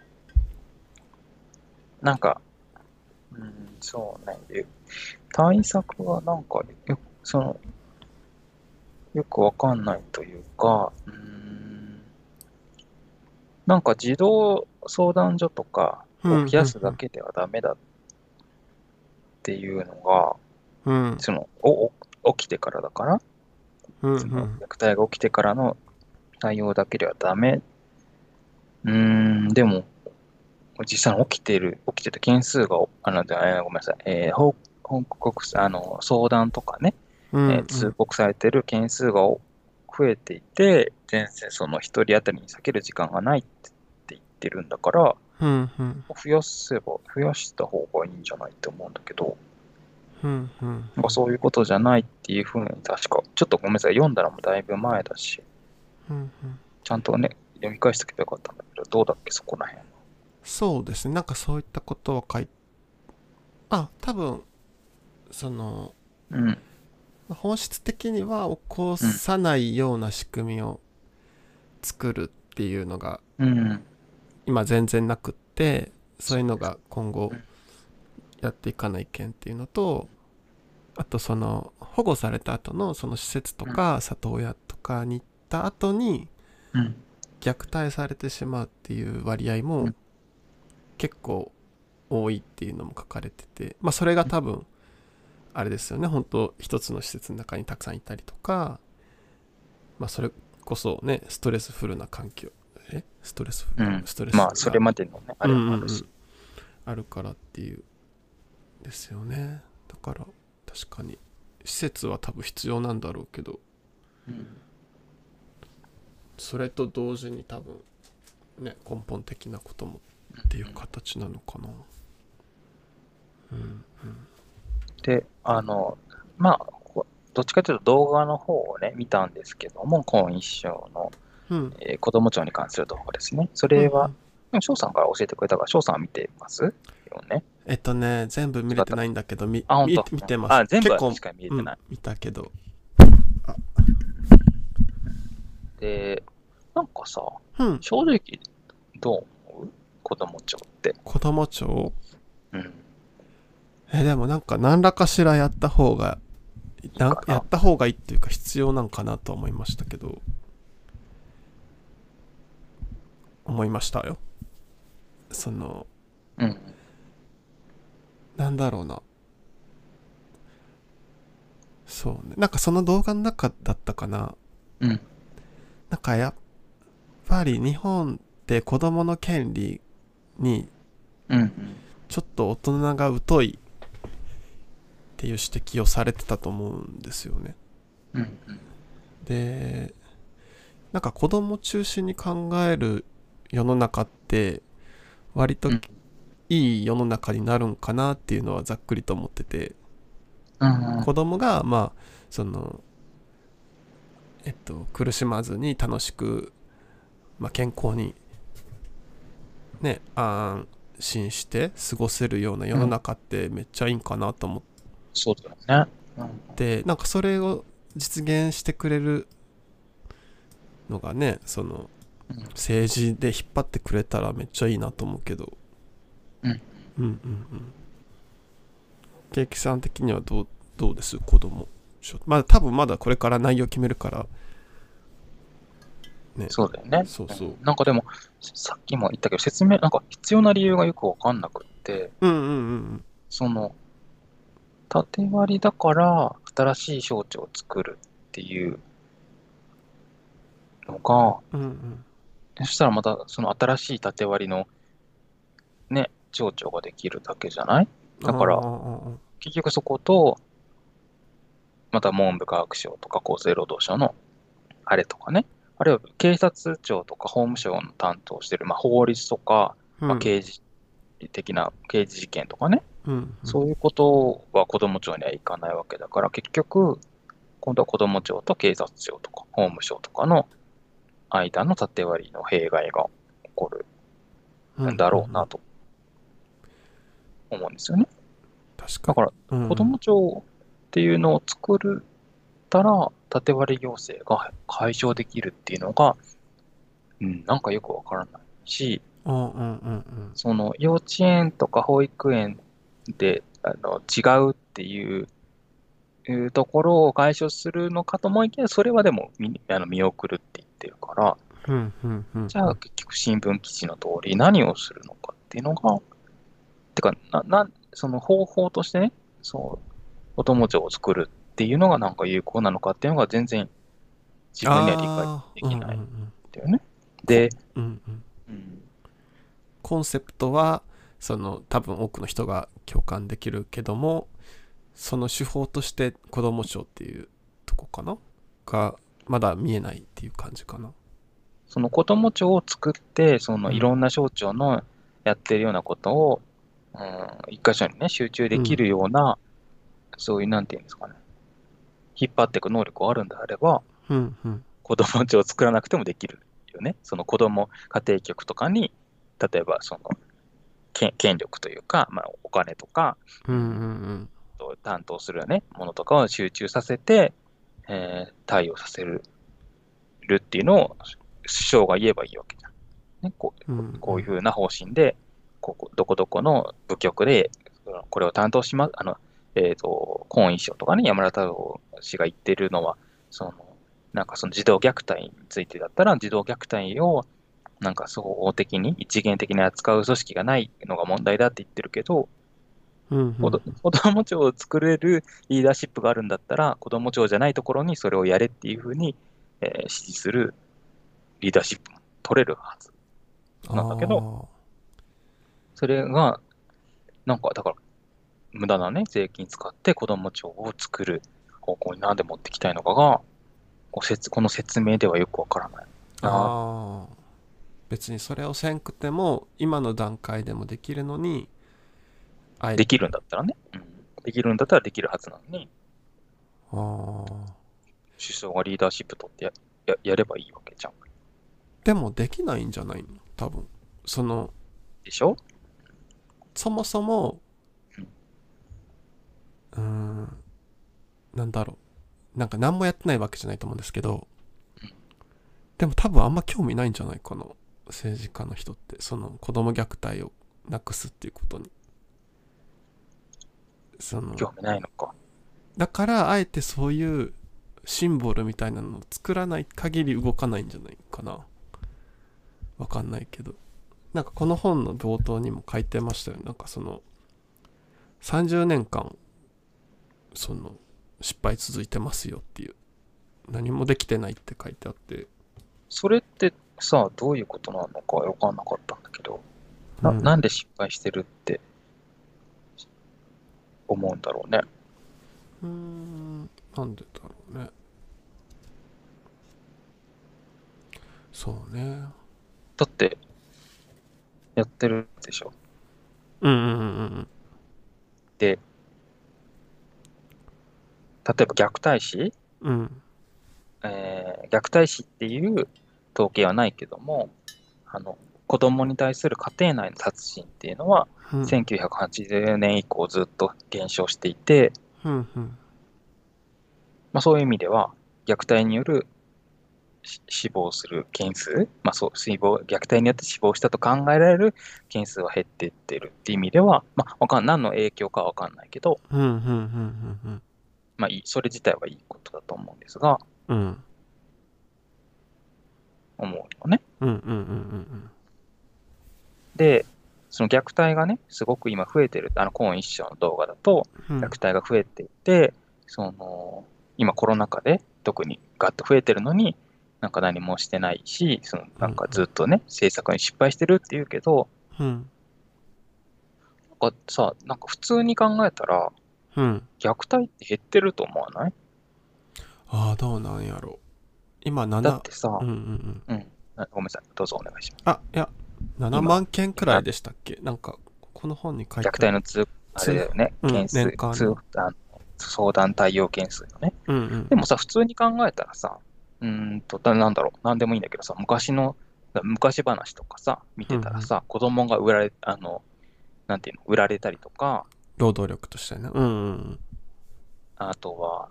Speaker 2: なんか、うん、そうね。え対策はなんか、よその、よくわかんないというか、うん、なんか児童相談所とかを増やすだけではダメだっていうのが、
Speaker 1: うん。
Speaker 2: その、お、お起きてからだから、
Speaker 1: うん。う
Speaker 2: その
Speaker 1: ん。
Speaker 2: 虐待が起きてからの対応だけではダメ。うーん、でも、実際に起きてる、起きてた件数が、あの、であごめんなさい、えー報報告す、あの、相談とかね、
Speaker 1: うん。
Speaker 2: えー通告されてる件数が増えていて、全然その一人当たりに避ける時間がないって言ってるんだから、
Speaker 1: うん。うん。
Speaker 2: 増やせば、増やした方がいいんじゃないと思うんだけど、
Speaker 1: うん。うん。
Speaker 2: なんかそういうことじゃないっていうふうに確か、ちょっとごめんなさい、読んだらもうだいぶ前だし、
Speaker 1: うん。うん。
Speaker 2: ちゃんとね、読み返しておけばよかったんだけど、どうだっけ、そこら辺。
Speaker 1: そうですね。なんかそういったことは書いあ、多分、その、
Speaker 2: うん。
Speaker 1: 本質的には起こさないような仕組みを作るっていうのが
Speaker 2: うん。
Speaker 1: 今全然なくってそういうのが今後
Speaker 2: うん
Speaker 1: やっていかないけんっていうのとあとその保護された後のその施設とか里親とかに行った後に
Speaker 2: うん。
Speaker 1: 虐待されてしまうっていう割合
Speaker 2: う
Speaker 1: も
Speaker 2: ん
Speaker 1: 結構多いっていうのも書かれててまあそれが多分あれですよね本当一つの施設の中にたくさんいたりとかまあそれこそねストレスフルな環境えストレスフル、
Speaker 2: うん
Speaker 1: ストレスフル
Speaker 2: まあ
Speaker 1: な、
Speaker 2: それまでのね、あれもあるし。
Speaker 1: あるからっていうですよねだから確かに施設は多分必要なんだろうけど
Speaker 2: うん
Speaker 1: それと同時に多分ね根本的なこともっていう形なのかなうん
Speaker 2: で、あの、まあ、こどっちかというと動画の方をね、見たんですけども、今一章の、
Speaker 1: うんうん
Speaker 2: えー子供庁に関する動画ですね。それは、でも翔さんから教えてくれたから、翔さんは見てますよね。
Speaker 1: えっとね全部見れてないんだけどみ
Speaker 2: あ、
Speaker 1: 見
Speaker 2: 本当
Speaker 1: 見てます
Speaker 2: あ、全部は
Speaker 1: 結構
Speaker 2: 確かに見えてない。
Speaker 1: うん、見たけど
Speaker 2: で、なんかさ、
Speaker 1: うん
Speaker 2: 正直、どう思う子供庁って。
Speaker 1: 子供庁
Speaker 2: うん。
Speaker 1: えでもなんか何らかしらやった方がなんやった方がいいっていうか必要なんかなとは思いましたけど思いましたよその
Speaker 2: うん。
Speaker 1: なんだろうなそうねなんかその動画の中だったかな
Speaker 2: うん。
Speaker 1: なんかやっぱり日本って子供の権利に
Speaker 2: うん。
Speaker 1: ちょっと大人が疎いっていう指摘をされてたと思うんですよね
Speaker 2: うん。
Speaker 1: でなんか子供中心に考える世の中って割と
Speaker 2: うん
Speaker 1: いい世の中になるんかなっていうのはざっくりと思ってて
Speaker 2: うん。
Speaker 1: 子供がまあそのえっと苦しまずに楽しく、まあ、健康にね安心して過ごせるような世の中ってめっちゃいいんかなと思って
Speaker 2: そうだよね。うん。
Speaker 1: でなんかそれを実現してくれるのがねその
Speaker 2: うん
Speaker 1: 政治で引っ張ってくれたらめっちゃいいなと思うけど、
Speaker 2: うん
Speaker 1: うんうんうんケーキさん的にはどうどうです子供ちょまだ多分まだこれから内容決めるから
Speaker 2: そうだよね。
Speaker 1: そうそうん
Speaker 2: なんかでも、さっきも言ったけど、説明、なんか必要な理由がよくわかんなくって、
Speaker 1: うんうんうん
Speaker 2: その、縦割りだから、新しい省庁を作るっていうのが、
Speaker 1: うんうんうん
Speaker 2: そしたらまた、その新しい縦割りの、ね、省庁ができるだけじゃないだから
Speaker 1: あーあーあー
Speaker 2: 結局そこと、また文部科学省とか厚生労働省のあれとかね、あるいは警察庁とか法務省の担当してる、まあ、法律とか、
Speaker 1: うん
Speaker 2: まあ、刑事的な刑事事件とかね、
Speaker 1: うんうん
Speaker 2: そういうことは子ども庁にはいかないわけだから、結局、今度は子ども庁と警察庁とか法務省とかの間の縦割りの弊害が起こるんだろうなと思うんですよね。
Speaker 1: 確か
Speaker 2: だから
Speaker 1: に、うん
Speaker 2: 子ども庁っていうのを作るたら、縦割り行政が解消できるっていうのが、うん、なんかよくわからないし、
Speaker 1: うんうんうんうん
Speaker 2: その幼稚園とか保育園であの違うっていういうところを解消するのかと思いきや、それはでも見あの見送るって言ってるから、
Speaker 1: うんうんうん
Speaker 2: じゃあ結局新聞記事の通り何をするのかっていうのが、てか、な、な、その方法としてね、そう、お友帳を作るっていうのがなんか有効なのかっていうのが全然自分には理解できない
Speaker 1: あー
Speaker 2: ん
Speaker 1: うん
Speaker 2: だよね。で、
Speaker 1: うんうんうん
Speaker 2: うん、
Speaker 1: コンセプトはその多分多くの人が共感できるけどもその手法として子ども庁っていうとこかながまだ見えないっていう感じかな。
Speaker 2: その子供庁を作って、その
Speaker 1: うん
Speaker 2: いろんな省庁のやってるようなことを、うん、一箇所にね、集中できるような、そういう、なんていうんですかね、引っ張っていく能力があるんであれば、
Speaker 1: うんうん
Speaker 2: 子供庁を作らなくてもできるよね。その子供家庭局とかに、例えばその権権力というか、まあ、お金とか
Speaker 1: うんうん
Speaker 2: と担当するよね、ものとかを集中させて、えー対応させるるっていうのを首相が言えばいいわけじゃん。ね、こう
Speaker 1: うんうん
Speaker 2: こういうふうな方針で、ここどこどこの部局でうんこれを担当します、あの、えっ、と、コーン委員長とかね、山田太郎氏が言ってるのは、その、なんかその児童虐待についてだったら、児童虐待を、なんか総合的に、一元的に扱う組織がないのが問題だって言ってるけど、
Speaker 1: うんうん
Speaker 2: 子ど子ども庁を作れるリーダーシップがあるんだったら、子ども庁じゃないところにそれをやれっていうふうに、えー指示するリーダーシップも取れるはずなんだけど
Speaker 1: あ
Speaker 2: それがなんか、だから、無駄なね、税金使って子供庁を作る方向になんで持ってきたいのかが、こう説この説明ではよくわからない。あ
Speaker 1: ああ別にそれをせんくても今の段階でもできるのにあえ
Speaker 2: できるんだったらね、うん。できるんだったらできるはずなのに、
Speaker 1: あー
Speaker 2: 首相がリーダーシップ取ってやややればいいわけじゃん。
Speaker 1: でもできないんじゃないの多分その
Speaker 2: でしょ
Speaker 1: そもそも
Speaker 2: うん、
Speaker 1: うーん、なんだろう。なんか何もやってないわけじゃないと思うんですけど
Speaker 2: うん、
Speaker 1: でも多分あんま興味ないんじゃないかな。政治家の人って、その子供虐待をなくすっていうことに。その、
Speaker 2: 興味ないのか。
Speaker 1: だからあえてそういうシンボルみたいなのを作らない限り動かないんじゃないかなわかんないけどなんかこの本の冒頭にも書いてましたよねなんかその30年間その失敗続いてますよっていう何もできてないって書いてあって、
Speaker 2: それってさ、どういうことなのかよくわかんなかったんだけど、な,、、
Speaker 1: うんん
Speaker 2: なんで失敗してるって思うんだろうね。
Speaker 1: うーん、なんでだろうね。そうね。
Speaker 2: だって、やってるでしょ。
Speaker 1: うんうんうんうん。
Speaker 2: 例えば虐待死、
Speaker 1: うん。
Speaker 2: えー虐待死っていう統計はないけども、あの子供に対する家庭内の殺人っていうのは、
Speaker 1: うん
Speaker 2: 1980年以降ずっと減少していて、
Speaker 1: うんうん
Speaker 2: まあ、そういう意味では、虐待によるし死亡する件数、まあ、そう死亡、虐待によって死亡したと考えられる件数は減っていってるっていう意味では、まあ、わかん何の影響かはわかんないけど、
Speaker 1: うんうんうん
Speaker 2: まあいい、それ自体はいいことだと思うんですが、
Speaker 1: うんうんうん
Speaker 2: 思うよね。
Speaker 1: うんうんうん
Speaker 2: で、その虐待がね、すごく今増えてる、あの、コーン一章の動画だと、
Speaker 1: うん
Speaker 2: 虐待が増えていて、その、今コロナ禍で特にガッと増えてるのに、なんか何もしてないし、そのなんかずっとね、政策に失敗してるって言うけど、
Speaker 1: うん
Speaker 2: なんかさ、なんか普通に考えたら、
Speaker 1: うん
Speaker 2: 虐待って減ってると思わない
Speaker 1: ああどうなんやろ今
Speaker 2: だ
Speaker 1: 7
Speaker 2: ってさ
Speaker 1: うん、うんうん
Speaker 2: あごめんなさい、どうぞお願いします。
Speaker 1: あいや7万件くらいでしたっけなんかこの本に書いてあ
Speaker 2: 虐
Speaker 1: る
Speaker 2: 待の通、あれだよね、
Speaker 1: うん
Speaker 2: 件数、
Speaker 1: 年間の
Speaker 2: 通あの相談対応件数のね。
Speaker 1: うんうん
Speaker 2: でもさ、普通に考えたらさ、うーんと、だなんだろう、なんでもいいんだけどさ、昔の、昔話とかさ、見てたらさ、子供が売られ、あの、なんていうの、売られたりとか、
Speaker 1: 労働力としてねうんうん
Speaker 2: あとは、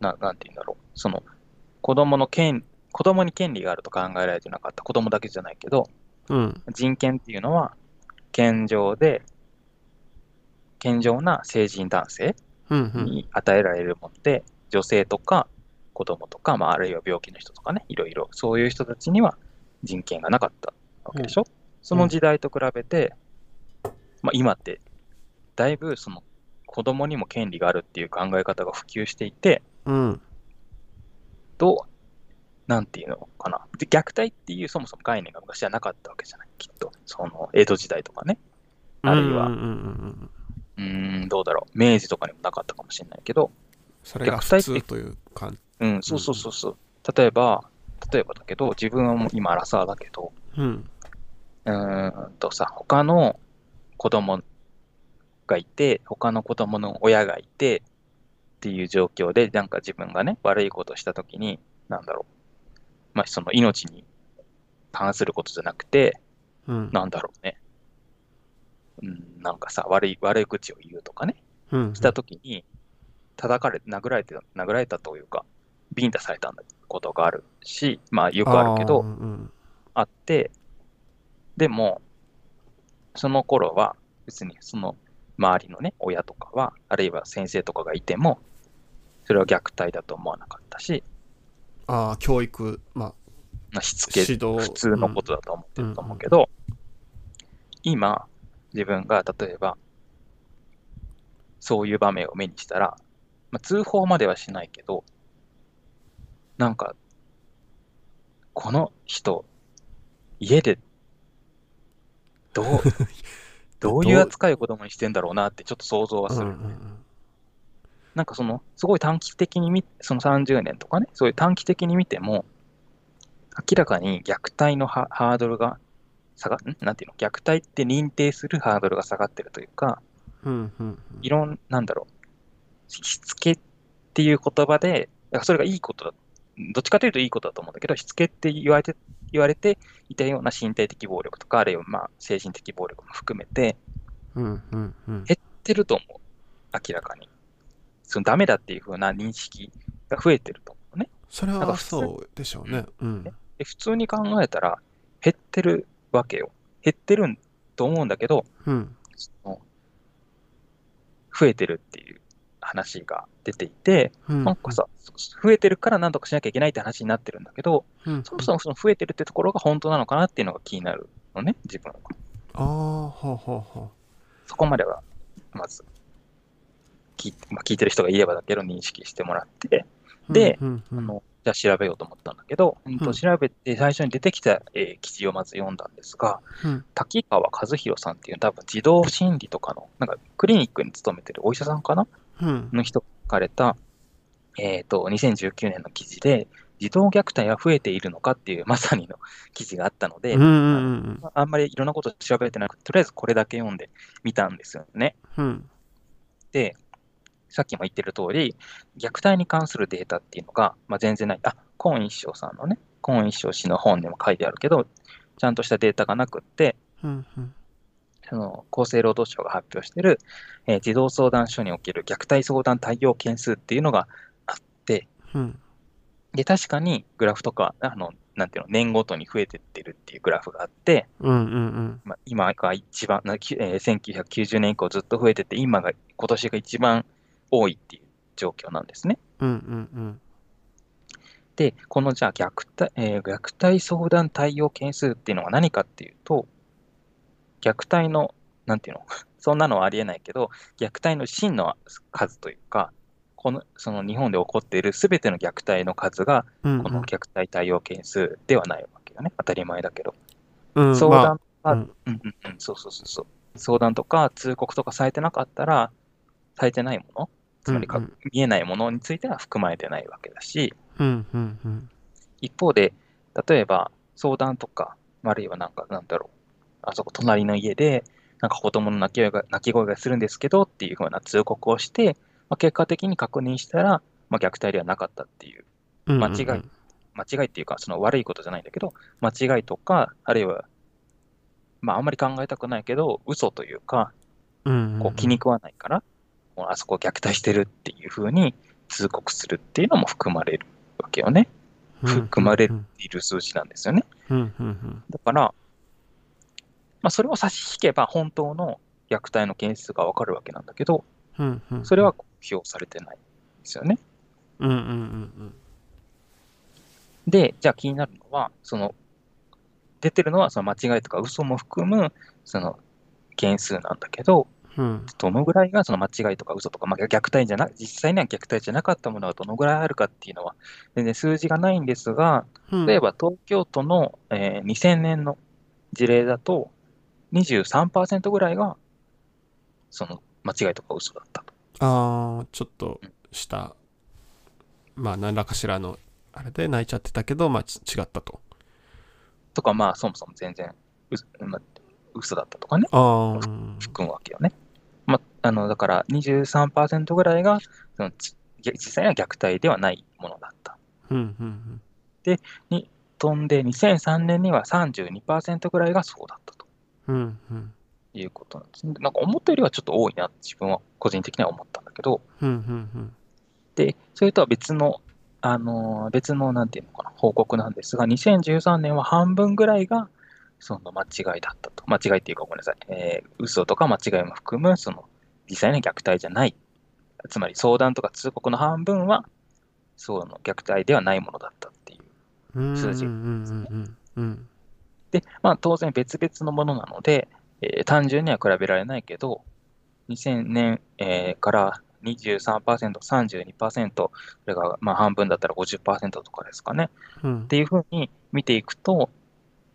Speaker 2: ななんていうんだろう、その、子供の権、子供に権利があると考えられてなかった、子供だけじゃないけど、
Speaker 1: うん
Speaker 2: 人権っていうのは、健常で、健常な成人男性
Speaker 1: うんうん
Speaker 2: に与えられるもので、女性とか子供とか、まあ、あるいは病気の人とかね、いろいろ、そういう人たちには人権がなかったわけでしょ。その時代と比べて、まあ、今って、だいぶその子供にも権利があるっていう考え方が普及していて、
Speaker 1: うん
Speaker 2: どう、なんていうのかな。で虐待っていうそもそも概念が昔はなかったわけじゃない、きっと。その、江戸時代とかね。あるいは
Speaker 1: うんうんうんうん
Speaker 2: うーん、どうだろう。明治とかにもなかったかもしれないけど、
Speaker 1: それが
Speaker 2: 虐待
Speaker 1: 普
Speaker 2: って
Speaker 1: 通という感じ
Speaker 2: うん、そうそうそうそう。例えば、例えばだけど、自分はもう今アラサーだけど、
Speaker 1: うん
Speaker 2: うーんとさ、他の子供がいて、他の子供の親がいてっていう状況で、なんか自分がね、悪いことしたときに、なんだろう。まあ、その命に関することじゃなくて、
Speaker 1: うん
Speaker 2: なんだろうね。うん、なんかさ、悪い、悪い口を言うとかね。
Speaker 1: うん
Speaker 2: したときに、叩かれ、殴られて、殴られたというか、ビンタされたことがあるし、まあよくあるけ
Speaker 1: ーう
Speaker 2: ど、
Speaker 1: んうん
Speaker 2: あって、でも、その頃は、別にその周りのね、親とかは、あるいは先生とかがいても、それは虐待だと思わなかったし、
Speaker 1: ああ教育まあ
Speaker 2: まあしつけ、普
Speaker 1: 指導
Speaker 2: 通のことだと思ってると思うけど、今、自分が例えば、そういう場面を目にしたら、まあ、通報まではしないけど、なんか、この人、家で、どう、どういう扱いを子供にしてんだろうなってちょっと想像は
Speaker 1: うん
Speaker 2: す
Speaker 1: う
Speaker 2: る。
Speaker 1: ん
Speaker 2: なんかその、すごい短期的に見、その30年とかね、そういう短期的に見ても、明らかに虐待のハハードルが下が、んなんていうの、虐待って認定するハードルが下がってるというか、
Speaker 1: うんうん
Speaker 2: いろんなんだろう、しつけっていう言葉で、だからそれがいいことだ、どっちかというといいことだと思うんだけど、しつけって言われて言われていたような身体的暴力とか、あるいはまあ精神的暴力も含めて、
Speaker 1: うんうんうん
Speaker 2: 減ってると思う、明らかに。そのダメだっていう風な認識が増えてると思うね。
Speaker 1: それ
Speaker 2: なんか
Speaker 1: は
Speaker 2: 普通
Speaker 1: そうでしょうねうん
Speaker 2: で普通に考えたら、減ってるわけよ。減ってるんと思うんだけど、
Speaker 1: うん
Speaker 2: その増えてるっていう話が出ていて、
Speaker 1: うん
Speaker 2: なんかさ、増えてるから何とかしなきゃいけないって話になってるんだけど、
Speaker 1: うん
Speaker 2: そもそもその増えてるってところが本当なのかなっていうのが気になるのね、自分は。
Speaker 1: ああほうほうほ
Speaker 2: そこまでは、まず聞い,、まあ、聞いてる人がいればだけど認識してもらって、
Speaker 1: う
Speaker 2: で
Speaker 1: うんうんう
Speaker 2: あ
Speaker 1: ん
Speaker 2: のじゃあ調べようと思ったんだけど、うん
Speaker 1: う
Speaker 2: と
Speaker 1: ん
Speaker 2: 調べて最初に出てきた、えー記事をまず読んだんですが、
Speaker 1: うん
Speaker 2: 滝川和弘さんっていう多分児童心理とかの、なんかクリニックに勤めてるお医者さんかな
Speaker 1: うん
Speaker 2: の人が書かれた、えっと2019年の記事で、児童虐待は増えているのかっていう まさにの記事があったので、
Speaker 1: うんうん
Speaker 2: まああんまりいろんなこと調べてなくて、とりあえずこれだけ読んでみたんですよね。
Speaker 1: うんうん
Speaker 2: で、さっきも言ってる通り、虐待に関するデータっていうのが、まあ、全然ない。あ、コーン一生さんのね、コーン一生氏の本でも書いてあるけど、ちゃんとしたデータがなくって、
Speaker 1: うんうん
Speaker 2: その厚生労働省が発表している、えー児童相談所における虐待相談対応件数っていうのがあって、
Speaker 1: うん
Speaker 2: で、確かにグラフとか、あの、なんていうの、年ごとに増えてってるっていうグラフがあって、
Speaker 1: うんうん
Speaker 2: まあ、今が一番、なきえー1990年以降ずっと増えてて、今が、今年が一番多いっていう状況なんですね。
Speaker 1: うんうんうん
Speaker 2: で、このじゃあ虐待、えー虐待相談対応件数っていうのは何かっていうと、虐待の、なんていうの、 そんなのはありえないけど、虐待の真の数というか、このその日本で起こっているすべての虐待の数が、
Speaker 1: うん
Speaker 2: この虐待対応件数ではないわけよね。当たり前だけど。
Speaker 1: うん
Speaker 2: 相談
Speaker 1: まあうん
Speaker 2: うんうんうん、そうそうそうそう。相談とか通告とかされてなかったら、されてないもの、つまりか、
Speaker 1: うんうん
Speaker 2: 見えないものについては含まれてないわけだし、
Speaker 1: うんうんうん
Speaker 2: 一方で、例えば相談とか、あるいはなんか、なんだろう、あそこ隣の家で、なんか子供の泣き声が泣き声がするんですけどっていうふうな通告をして、まあ、結果的に確認したら、まあ、虐待ではなかったっていう、
Speaker 1: うん
Speaker 2: 間違い間違いっていうか、その悪いことじゃないんだけど、間違いとか、あるいは、まあ、あんまり考えたくないけど、嘘というか、
Speaker 1: うん
Speaker 2: こう気に食わないから、もうあそこ虐待してるっていうふうに通告するっていうのも含まれるわけよね。含まれるいる数字なんですよね。
Speaker 1: うんうんうん
Speaker 2: だから、まあ、それを差し引けば本当の虐待の件数がわかるわけなんだけど、
Speaker 1: うんうん
Speaker 2: それは公表されてないんですよね。
Speaker 1: うんうんうん
Speaker 2: で、じゃあ気になるのは、その、出てるのはその間違いとか嘘も含む、その、件数なんだけど、
Speaker 1: うん
Speaker 2: どのぐらいがその間違いとか嘘とか、まあ、虐待じゃな、実際には虐待じゃなかったものがどのぐらいあるかっていうのは、全然数字がないんですが、
Speaker 1: うん
Speaker 2: 例えば東京都の、えー2000年の事例だと、23%ぐらいが、その間違いとか嘘だったと。
Speaker 1: ああちょっとしたまあ何らかしらのあれで泣いちゃってたけどまあち違ったと
Speaker 2: とか、まあ、そもそも全然嘘、まあ、嘘だったとかね、
Speaker 1: ああ
Speaker 2: 含むわけよね。まあ、あのだから23%ぐらいがそのち、実際には虐待ではないものだった。
Speaker 1: うんうん
Speaker 2: 飛んで2003年には32%ぐらいがそうだったと
Speaker 1: うんうんうん
Speaker 2: いうことなんですね。なんか思ったよりはちょっと多いなって自分は個人的には思ったんだけど、
Speaker 1: うんうん
Speaker 2: で、それとは別の、あのー別のなんていうのかな、報告なんですが、2013年は半分ぐらいがその間違いだったと。間違いっていうかごめんなさい、えー、嘘とか間違いも含む、その実際には虐待じゃない。つまり相談とか通告の半分は、その虐待ではないものだったっていう。
Speaker 1: うん
Speaker 2: 数字
Speaker 1: うんうんうんうん
Speaker 2: で、まあ、当然別々のものなので、えー単純には比べられないけど、2000年、えーから23%、32%、それがまあ半分だったら50%とかですかね。
Speaker 1: う
Speaker 2: っ
Speaker 1: ん
Speaker 2: ていうふうに見ていくと、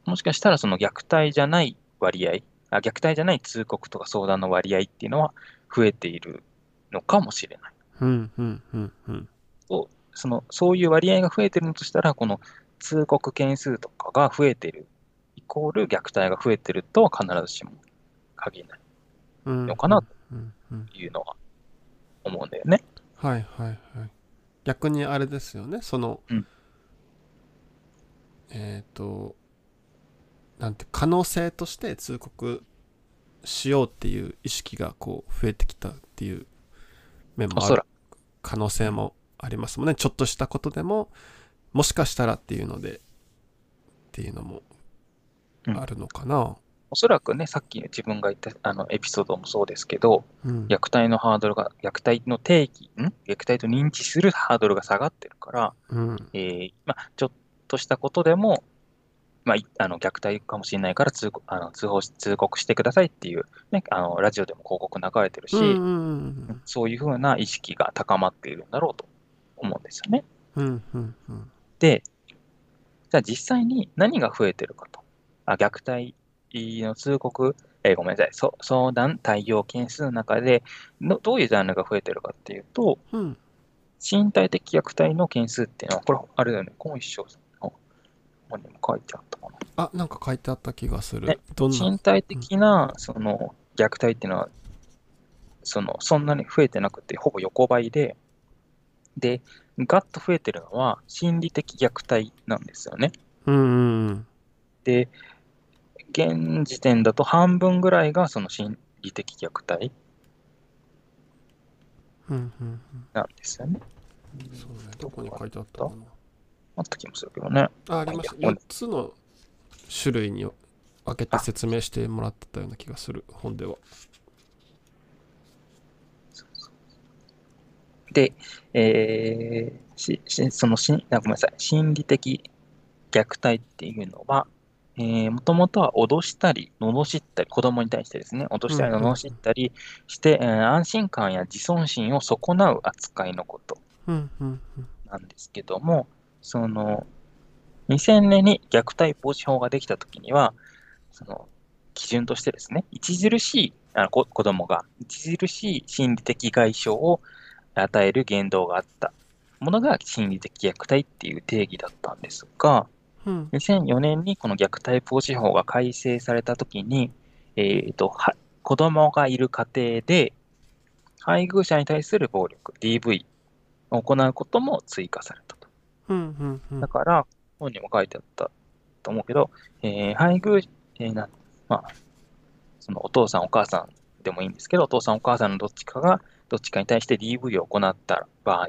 Speaker 2: もしかしたらその虐待じゃない割合、あ虐待じゃない通告とか相談の割合っていうのは増えているのかもしれない。
Speaker 1: うんうんうんうん
Speaker 2: そのそういう割合が増えてるのとしたら、この通告件数とかが増えてる、イコール虐待が増えてるとは必ずしも限らない
Speaker 1: うん
Speaker 2: のかな
Speaker 1: うんうん
Speaker 2: というのは思うんだよね。
Speaker 1: はいはいはい逆にあれですよねその、
Speaker 2: うん
Speaker 1: えっ、となんて可能性として通告しようっていう意識がこう増えてきたっていう面
Speaker 2: お
Speaker 1: もあ
Speaker 2: そ
Speaker 1: る
Speaker 2: らく。
Speaker 1: 可能性もありますもんねちょっとしたことでももしかしたらっていうのでっていうのもあるのかな、
Speaker 2: おそらくね、さっき自分が言ったあのエピソードもそうですけど、
Speaker 1: うん
Speaker 2: 虐待のハードルが、虐待の定義、ん虐待と認知するハードルが下がってるから、
Speaker 1: うん
Speaker 2: えーまあ、ちょっとしたことでも、まあ、いあの虐待かもしれないから通告あの通報し通告してくださいっていう、ね、あのラジオでも広告流れてるし、
Speaker 1: うんうん
Speaker 2: そういうふうな意識が高まっているんだろうと思うんですよね。
Speaker 1: うんうんうん
Speaker 2: で、じゃあ実際に何が増えてるかと。あ虐待の通告、えーごめんなさい、そ相談、対応件数の中での、どういうジャンルが増えてるかっていうと、
Speaker 1: うん
Speaker 2: 身体的虐待の件数っていうのは、これ、あれだよね、今一生さんの本にも書いてあったかな。
Speaker 1: あなんか書いてあった気がする
Speaker 2: ね
Speaker 1: どんな
Speaker 2: 身体的なその虐待っていうのはそのそんなに増えてなくてほぼ横ばいででガッと増えてるのは心理的虐待なんですよね
Speaker 1: うんうんうん
Speaker 2: で現時点だと半分ぐらいがその心理的虐待
Speaker 1: うんうんうん
Speaker 2: なんですよね
Speaker 1: そうねどこに書いてあったかな
Speaker 2: あった気もするけどね
Speaker 1: あありました4つの種類に分けて説明してもらってたような気がする本では
Speaker 2: で、えーししそのしあごめんなさい心理的虐待っていうのは、えー、もともとは脅したり、罵ったり、子供に対してですね、脅したり、
Speaker 1: うんうんうん
Speaker 2: 罵ったりして、えー安心感や自尊心を損なう扱いのこと
Speaker 1: うんうんうん
Speaker 2: なんですけども、その、2000年に虐待防止法ができたときには、その、基準としてですね、著しい、あのこ子供が著しい心理的外傷を与える言動があったものが心理的虐待っていう定義だったんですが、
Speaker 1: うん
Speaker 2: 2004年にこの虐待防止法が改正されたときに、えーとは、子供がいる家庭で、配偶者に対する暴力、DV を行うことも追加されたと。
Speaker 1: うんうん
Speaker 2: だから、本にも書いてあったと思うけど、えー配偶者、えーなまあ、そのお父さん、お母さんでもいいんですけど、お父さん、お母さんのどっちかが、どっちかに対して DV を行った場合、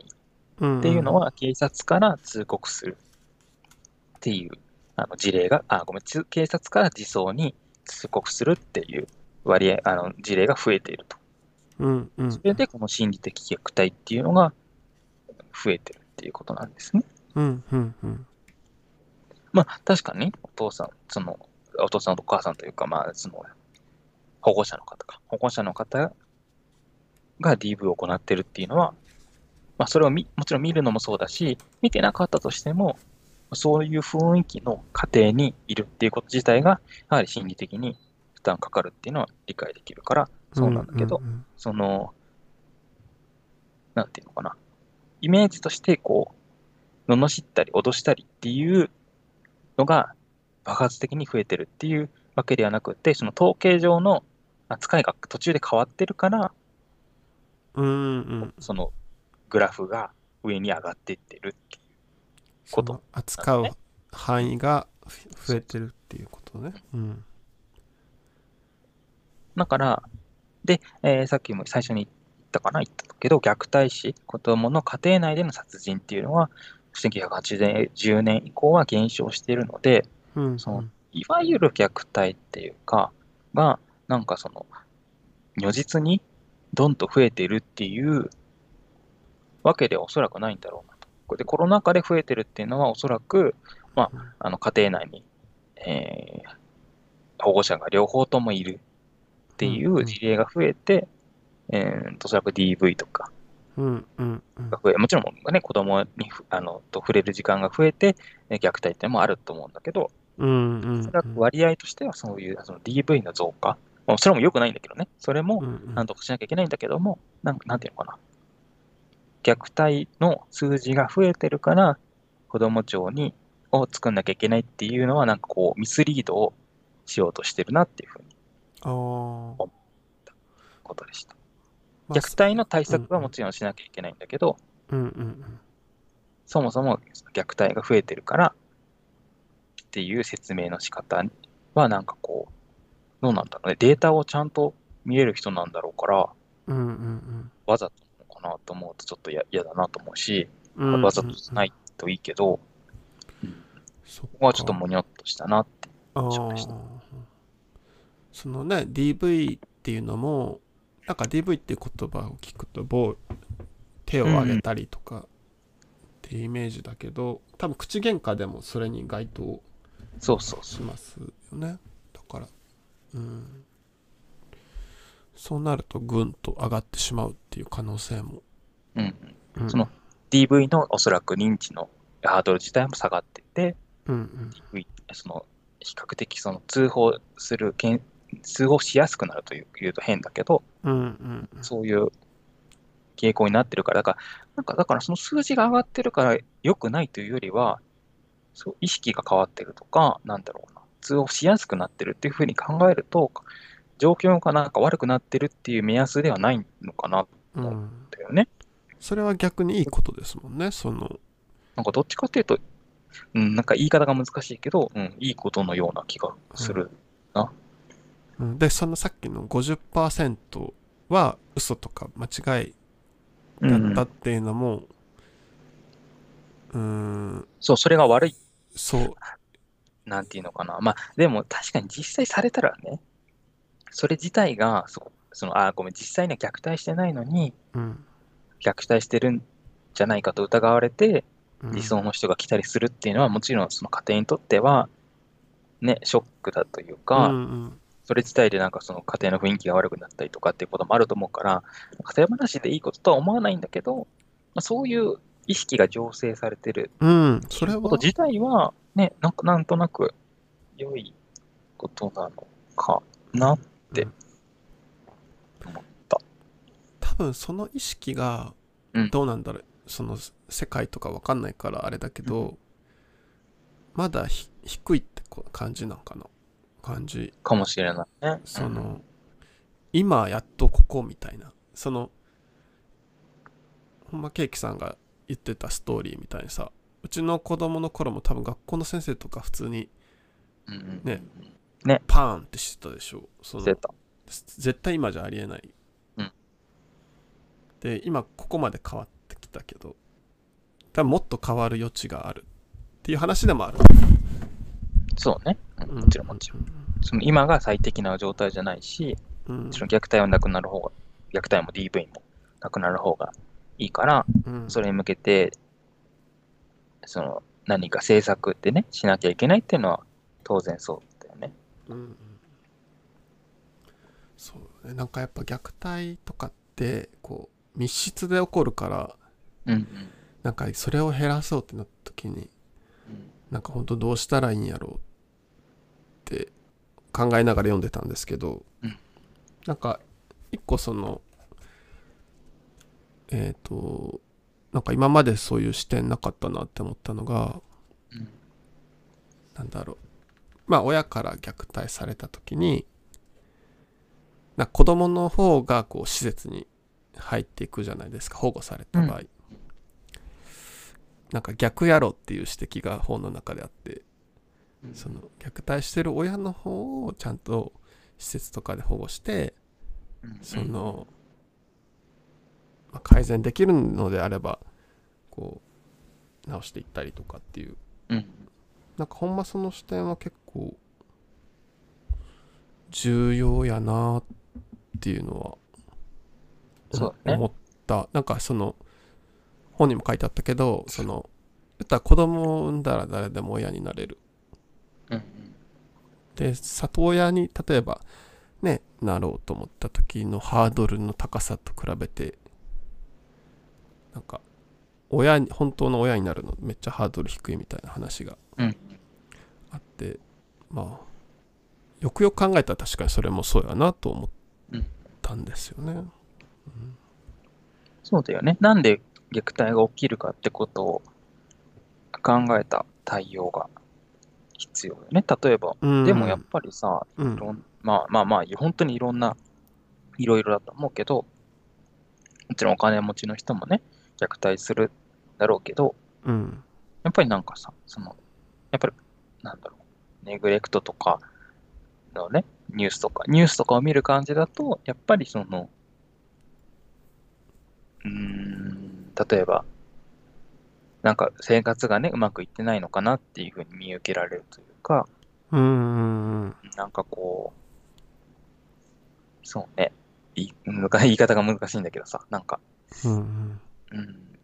Speaker 1: うん
Speaker 2: っていうのは警察から通告するっていうあの事例が、あ、ごめん、つ警察から児相に通告するっていう割合、あの事例が増えていると。
Speaker 1: うんうん
Speaker 2: それで、この心理的虐待っていうのが増えてるっていうことなんですね。
Speaker 1: うんうんうん
Speaker 2: まあ、確かに、お父さん、その、お父さんとお母さんというか、まあ、その、保護者の方か、保護者の方が DV を行ってるっていうのは、まあ、それをみもちろん見るのもそうだし、見てなかったとしても、そういう雰囲気の家庭にいるっていうこと自体が、やはり心理的に負担かかるっていうのは理解できるから、そうなんだけど、
Speaker 1: うん
Speaker 2: その、なんていうのかな、イメージとして、こう、罵ったり、脅したりっていうのが爆発的に増えてるっていうわけではなくて、その統計上の扱いが途中で変わってるから、
Speaker 1: うんうん
Speaker 2: そのグラフが上に上がっていってるっていう。
Speaker 1: そ
Speaker 2: こと
Speaker 1: の扱う範囲がふ増えてるっていうことねうん
Speaker 2: だから、で、えーさっきも最初に言ったかな、言ったけど、虐待死、子供の家庭内での殺人っていうのは、1980年以降は減少しているので、
Speaker 1: うん
Speaker 2: そのいわゆる虐待っていうか、が、なんかその、如実にどんと増えてるっていうわけではおそらくないんだろうなと。これで、コロナ禍で増えてるっていうのは、おそらく
Speaker 1: うん
Speaker 2: あの家庭内に、えー保護者が両方ともいるってい
Speaker 1: んう
Speaker 2: うんう事例が増えて、えーおそらく DV とか
Speaker 1: うんうんうん
Speaker 2: が増え、もちろん、ね、子供にふあのと触れる時間が増えて、えー虐待っていうのもあると思うんだけど、
Speaker 1: うんうんうん
Speaker 2: おそらく割合としてはそういうその DV の増加まあ、それも良くないんだけどね、それも
Speaker 1: うんうん
Speaker 2: なんとかしなきゃいけないんだけども、なんなんていうのかな、虐待の数字が増えてるから、子ども庁にを作んなきゃいけないっていうのは、なんかこう、ミスリードをしようとしてるなっていうふうに
Speaker 1: あー
Speaker 2: ことでした。
Speaker 1: まあ
Speaker 2: 虐待の対策はもちろんしなきゃいけないんだけど、
Speaker 1: うんうんうん
Speaker 2: そもそも虐待が増えてるからっていう説明の仕方はなんかこう、どうなんだろうね、データをちゃんと見れる人なんだろうから、
Speaker 1: うんうん
Speaker 2: わざとなのかなと思うとちょっとや嫌だなと思うし、
Speaker 1: うんうん
Speaker 2: わざとじゃないといいけど、
Speaker 1: そ
Speaker 2: ここはちょっと
Speaker 1: っ
Speaker 2: もにょっとしたなって。
Speaker 1: か
Speaker 2: しました
Speaker 1: あーそのね DV っていうのもなんか DV っていう言葉を聞くと某手を挙げたりとかっていうイメージだけど、多分口喧嘩でもそれに該当
Speaker 2: そうそうそ
Speaker 1: しますよねだからうんそうなるとぐんと上がってしまうっていう可能性も、
Speaker 2: う。うん。
Speaker 1: うん、
Speaker 2: その DV のおそらく認知のハードル自体も下がってて、
Speaker 1: うんうん
Speaker 2: その比較的その通報するけん、通報しやすくなるという言うと変だけど、
Speaker 1: うんうんうん
Speaker 2: そういう傾向になってるから、だから、なんかだからその数字が上がってるから良くないというよりは、そう意識が変わってるとか、なんだろうな、通報しやすくなってるっていうふうに考えると、状況がなんか悪くなってるっていう目安ではないのかな
Speaker 1: うん
Speaker 2: だよね。
Speaker 1: それは逆にいいことですもんねその
Speaker 2: なんかどっちかっていうと、うん、なんか言い方が難しいけど、うん、いいことのような気がする。
Speaker 1: うんでそのさっきの50%は嘘とか間違いだ
Speaker 2: う
Speaker 1: っ
Speaker 2: ん
Speaker 1: たっていうのもうんん
Speaker 2: そう、それが悪い、
Speaker 1: そう
Speaker 2: なんていうのかな。まあ、でも確かに実際されたらね、それ自体が、そその、あー、ごめん、実際には虐待してないのに、
Speaker 1: うん、
Speaker 2: 虐待してるんじゃないかと疑われて、
Speaker 1: うん、
Speaker 2: 理想の人が来たりするっていうのは、もちろんその家庭にとっては、ね、ショックだというか、
Speaker 1: うんうん
Speaker 2: それ自体でなんかその家庭の雰囲気が悪くなったりとかっていうこともあると思うから、家庭話でいいこととは思わないんだけど、まあ、そういう意識が醸成されてる
Speaker 1: うん、それは
Speaker 2: こと自体は、ね、なんかなんとなく良いことなのかなって思った。
Speaker 1: 多分その意識が
Speaker 2: うん
Speaker 1: どうなんだろう、その世界とかわかんないからあれだけど、まだひ低いってこ感じなんかな感じ
Speaker 2: かもしれないね。
Speaker 1: その、今やっとここみたいなそのほんまケーキさんが言ってたストーリーみたいにさうちの子供の頃も多分学校の先生とか普通に
Speaker 2: うん、うん、
Speaker 1: ねパーンってしてたでしょその
Speaker 2: してた。
Speaker 1: 絶対今じゃありえない、
Speaker 2: うん
Speaker 1: で今ここまで変わってきたけど多分もっと変わる余地があるっていう話でもある、
Speaker 2: そうね。うん
Speaker 1: う
Speaker 2: もちろんもちろん。その今が最適な状態じゃないし、
Speaker 1: ろん、うん
Speaker 2: もちろん虐待はなくなる方が、虐待も DV もなくなる方がいいから、
Speaker 1: うん
Speaker 2: それに向けて、その何か政策ってね、しなきゃいけないっていうのは当然そうだよね。
Speaker 1: うんうんそうねなんかやっぱ虐待とかってこう密室で起こるから
Speaker 2: うんうん。
Speaker 1: なんかそれを減らそうってなった時になんか本当どうしたらいいんやろうって考えながら読んでたんですけど、
Speaker 2: うん
Speaker 1: なんか一個そのえっ、となんか今までそういう視点なかったなって思ったのが
Speaker 2: うん
Speaker 1: なんだろうまあ親から虐待された時になんか子供の方がこう施設に入っていくじゃないですか保護された場合、なんか逆やろっていう指摘が本の中であって
Speaker 2: うん
Speaker 1: その虐待してる親の方をちゃんと施設とかで保護して
Speaker 2: うん
Speaker 1: その、まあ改善できるのであればこう直していったりとかっていう
Speaker 2: うん
Speaker 1: なんかほんまその視点は結構重要やなっていうのは
Speaker 2: そうだね
Speaker 1: 思った、なんかその本にも書いてあったけどその言ったら子供を産んだら誰でも親になれる
Speaker 2: うん
Speaker 1: で里親に例えばねなろうと思った時のハードルの高さと比べてなんか親に本当の親になるのめっちゃハードル低いみたいな話が
Speaker 2: うん
Speaker 1: あってまあよくよく考えたら確かにそれもそうやなと思ったんですよね。
Speaker 2: そうだよね。なんで虐待が起きるかってことを考えた対応が必要だよね。例えば、
Speaker 1: うん
Speaker 2: でもやっぱりさ、
Speaker 1: う
Speaker 2: い
Speaker 1: ん
Speaker 2: ろんまあまあまあ、本当にいろんな、いろいろだと思うけど、もちろんお金持ちの人もね、虐待するだろうけど、
Speaker 1: うん
Speaker 2: やっぱりなんかさ、その、やっぱり、なんだろう、ネグレクトとかのね、ニュースとか、ニュースとかを見る感じだと、やっぱりその、うーん、例えば、なんか生活がね、うまくいってないのかなっていうふうに見受けられるというか、
Speaker 1: うんうんうん
Speaker 2: なんかこう、そうね、い むか言い方が難しいんだけどさ、なんか、
Speaker 1: うん
Speaker 2: うん、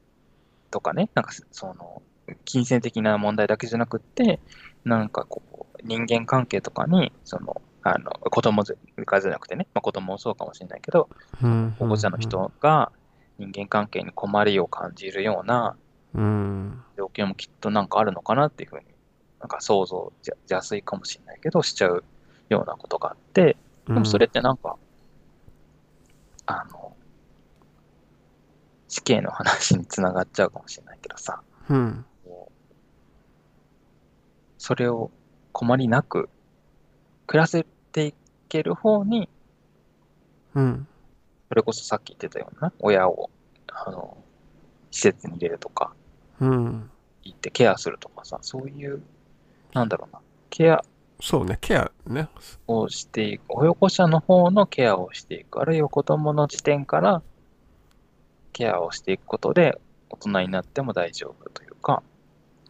Speaker 2: とかね、なんかそその、金銭的な問題だけじゃなくって、なんかこう、人間関係とかに、その、あの子供ずがじゃなくてね、まあ、子供もそうかもしれないけど、
Speaker 1: うん
Speaker 2: 保護者の人が人間関係に困りを感じるような
Speaker 1: うん
Speaker 2: 状況もきっとなんかあるのかなっていうふうに、なんか想像じゃ邪推かもしれないけど、しちゃうようなことがあって、
Speaker 1: うん
Speaker 2: でもそれってなんか、あの、死刑の話につながっちゃうかもしれないけどさ、
Speaker 1: うん
Speaker 2: こうそれを困りなく暮らせていける方に、
Speaker 1: うん
Speaker 2: それこそさっき言ってたような、親を、あの、施設に入れるとか、
Speaker 1: うん
Speaker 2: 行ってケアするとかさ、そういう、なんだろうな、ケア
Speaker 1: そうねケアね
Speaker 2: をしていく、保護者の方のケアをしていく、あるいは子供の時点からケアをしていくことで、大人になっても大丈夫というか、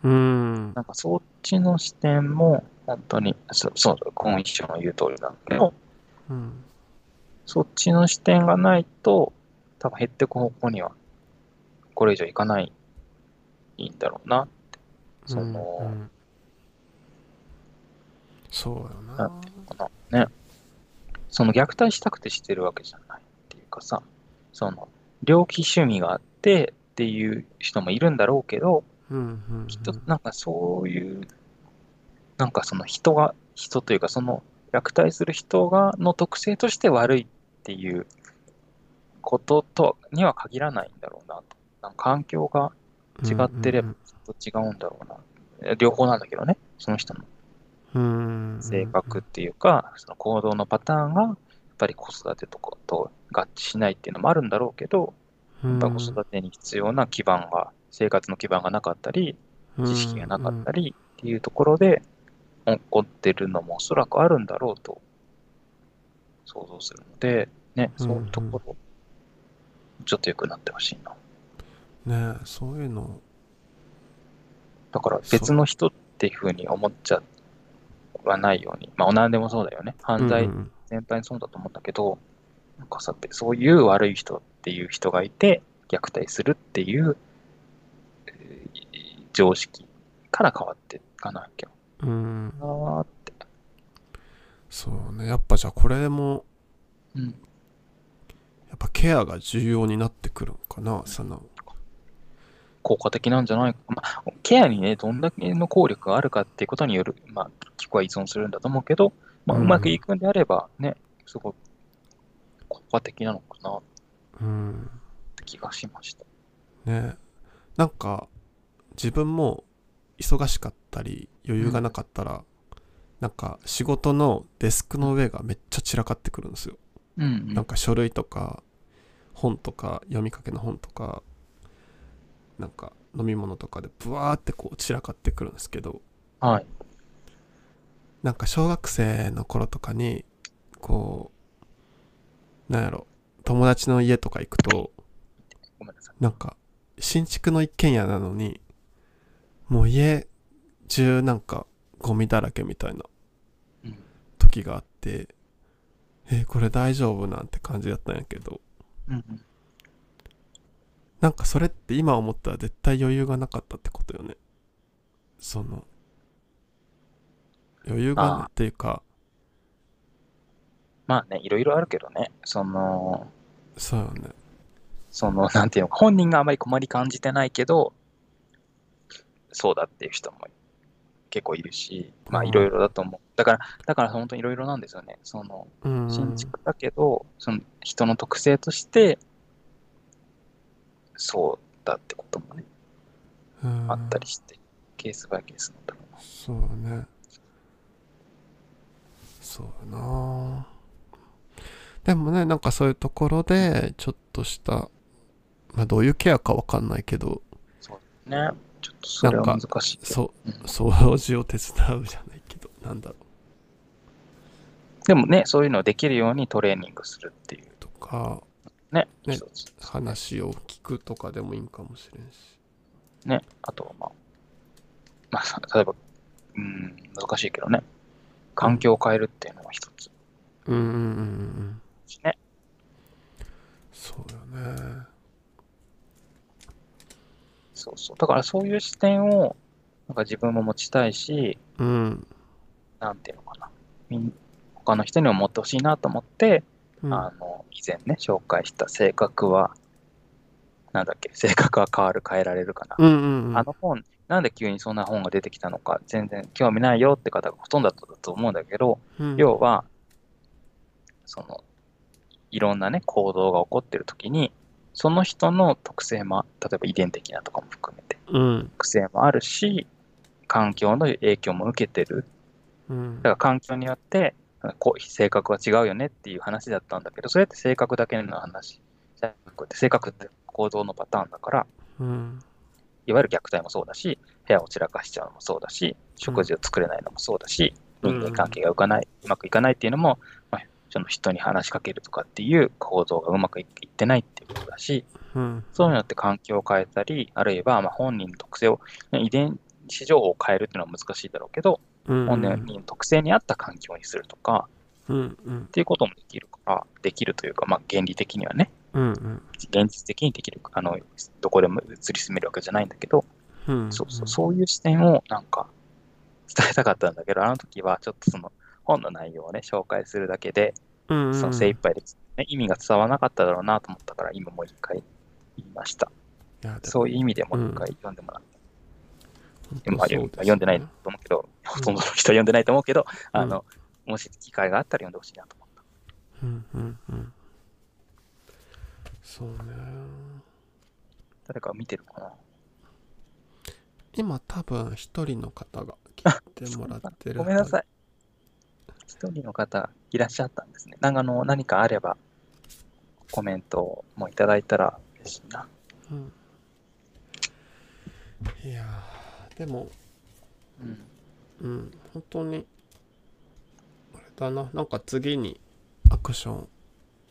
Speaker 1: うん
Speaker 2: なんかそっちの視点も、本当に、そそう、今一緒の言う通りなんだけど、
Speaker 1: うん
Speaker 2: そっちの視点がないと、多分減っていく方向には、これ以上いかない、いいんだろうな。その
Speaker 1: うんうんそうよ
Speaker 2: だ
Speaker 1: な
Speaker 2: このね、その虐待したくてしてるわけじゃないっていうかさ、その、猟奇趣味があってっていう人もいるんだろうけど、
Speaker 1: うんうんうん
Speaker 2: きっとなんかそういう、なんかその人が、人というかその虐待する人が、の特性として悪いっていうこととには限らないんだろうなと。なんか環境が違ってればきっと違うんだろうな。両方なんだけどね、その人の
Speaker 1: うん
Speaker 2: 性格っていうか、その行動のパターンが、やっぱり子育てとかと合致しないっていうのもあるんだろうけど、やっぱ子育てに必要な基盤が、生活の基盤がなかったり、知識がなかった
Speaker 1: り
Speaker 2: りっていうところで、起こってるのもおそらくあるんだろうと想像するので、ね、
Speaker 1: うん
Speaker 2: そういうところ、ちょっと良くなってほしいな。
Speaker 1: ねえそういうの
Speaker 2: だから別の人っていうふうに思っちゃわないように、まあ何でもそうだよね。犯罪
Speaker 1: うん
Speaker 2: 全般にそうだと思うんだけど、なんかさ、そういう悪い人っていう人がいて、虐待するっていう、えー常識から変わっていかなきゃ
Speaker 1: うんうん
Speaker 2: なーって。
Speaker 1: そうねやっぱじゃあこれも
Speaker 2: うん。
Speaker 1: やっぱケアが重要になってくるんかなその
Speaker 2: 効果的なんじゃないか。まあ、ケアにね、どんだけの効力があるかっていうことによる、まあ、結局は依存するんだと思うけど、まあ、
Speaker 1: う
Speaker 2: うんまくいくんであれば、ね、すごい効果的なのかなっ
Speaker 1: うん
Speaker 2: て気がしました。
Speaker 1: ねなんか自分も忙しかったり余裕がなかったら、なんか仕事のデスクの上がめっちゃ散らかってくるんですよ、
Speaker 2: うん、う
Speaker 1: なん
Speaker 2: ん。
Speaker 1: か書類とか本とか読みかけの本とかなんか飲み物とかでブワーってこう散らかってくるんですけど
Speaker 2: はい。
Speaker 1: なんか小学生の頃とかにこうなんやろ友達の家とか行くと
Speaker 2: ごめんなさい。
Speaker 1: なんか、新築の一軒家なのに、もう家中なんかゴミだらけみたいな
Speaker 2: うん。
Speaker 1: 時があって、えーこれ大丈夫なんて感じだったんやけど、
Speaker 2: うん、うん。
Speaker 1: なんかそれって今思ったら絶対余裕がなかったってことよね。その、余裕が
Speaker 2: あ
Speaker 1: ね
Speaker 2: ー
Speaker 1: っていうか、
Speaker 2: まあね、いろいろあるけどね、その、
Speaker 1: そうよね。
Speaker 2: その、 なんていうのか、本人があまり困り感じてないけど、そうだっていう人も結構いるし、まあいろいろだと思う。だから、だから本当にいろいろなんですよね。その、
Speaker 1: うん。
Speaker 2: 新築だけど、その人の特性として、そうだってこともね、
Speaker 1: うん
Speaker 2: あったりして、ケースバイケースのところ
Speaker 1: そうだねそうだなでもねなんかそういうところでちょっとしたまあどういうケアかわかんないけど
Speaker 2: ね。ちょっとそれは難しいけど。
Speaker 1: そ
Speaker 2: うん
Speaker 1: 掃除を手伝うじゃないけどなんだろ
Speaker 2: でもね、そういうのをできるようにトレーニングするっていう
Speaker 1: うとか
Speaker 2: ね、
Speaker 1: ね
Speaker 2: 一つ
Speaker 1: 話を聞くとかでもいいんかもしれんし
Speaker 2: ね、あとはまあ、まあさ、例えば、うん、難しいけどね、環境を変えるっていうのは一つ
Speaker 1: うんうんうんうん
Speaker 2: しね。
Speaker 1: そうだよね
Speaker 2: そうそう。だからそういう視点を、なんか自分も持ちたいし、
Speaker 1: うん、
Speaker 2: なんていうのかな、みん他の人にも持ってほしいなと思って、
Speaker 1: うん、
Speaker 2: あの、以前ね、紹介した性格は、なんだっけ、性格は変わる、変えられるかな。
Speaker 1: うんうんうん
Speaker 2: あの本、なんで急にそんな本が出てきたのか、全然興味ないよって方がほとんどだったと思うんだけど、
Speaker 1: うん
Speaker 2: 要は、その、いろんなね、行動が起こってる時に、その人の特性も、例えば遺伝的なとかも含めて、
Speaker 1: うん
Speaker 2: 特性もあるし、環境の影響も受けてる。
Speaker 1: うん
Speaker 2: だから環境によって、こう性格は違うよねっていう話だったんだけど、それって性格だけの話じゃなくて、性格って行動のパターンだから、
Speaker 1: うん
Speaker 2: いわゆる虐待もそうだし、部屋を散らかしちゃうのもそうだし、食事を作れないのもそうだし、
Speaker 1: うん
Speaker 2: 人間関係がうかない、うまくいかないっていうのも、まあ、その人に話しかけるとかっていう行動がうまくいってないっていうことだし、
Speaker 1: うん
Speaker 2: そういうのって環境を変えたり、あるいはまあ本人の特性を、ね遺伝子情報を変えるっていうのは難しいだろうけど、
Speaker 1: うん
Speaker 2: 本人の特性に合った環境にするとか
Speaker 1: うんうん
Speaker 2: っていうこともできるから、できるというか、まあ、原理的にはね、
Speaker 1: うんうん
Speaker 2: 現実的にできる、あのどこでも移り住めるわけじゃないんだけど、
Speaker 1: うん
Speaker 2: そうそう、そういう視点をなんか伝えたかったんだけど、あの時はちょっとその本の内容をね、紹介するだけで、
Speaker 1: うんうん
Speaker 2: その精一杯で、ね、意味が伝わらなかっただろうなと思ったから、今もう一回言いました。
Speaker 1: いやでも
Speaker 2: そういう意味でもう一回読んでもらって、
Speaker 1: 本当
Speaker 2: 今は
Speaker 1: そう
Speaker 2: 読
Speaker 1: ですね
Speaker 2: 読んでないと思うけど、ほとんどの人は読んでないと思うけど、
Speaker 1: うん
Speaker 2: あの、もし機会があったら読んでほしいなと思っ
Speaker 1: う
Speaker 2: た。
Speaker 1: んうんうんそうね
Speaker 2: 誰か見てるかな
Speaker 1: 今多分一人の方が聞いてもらって る
Speaker 2: ごめんなさ
Speaker 1: い
Speaker 2: い。一人の方いらっしゃったんですね。なんかあの何かあればコメントもいただいたら嬉しいな。
Speaker 1: うんいやーでも
Speaker 2: うん、
Speaker 1: うん本当にあれだななんか次にアクション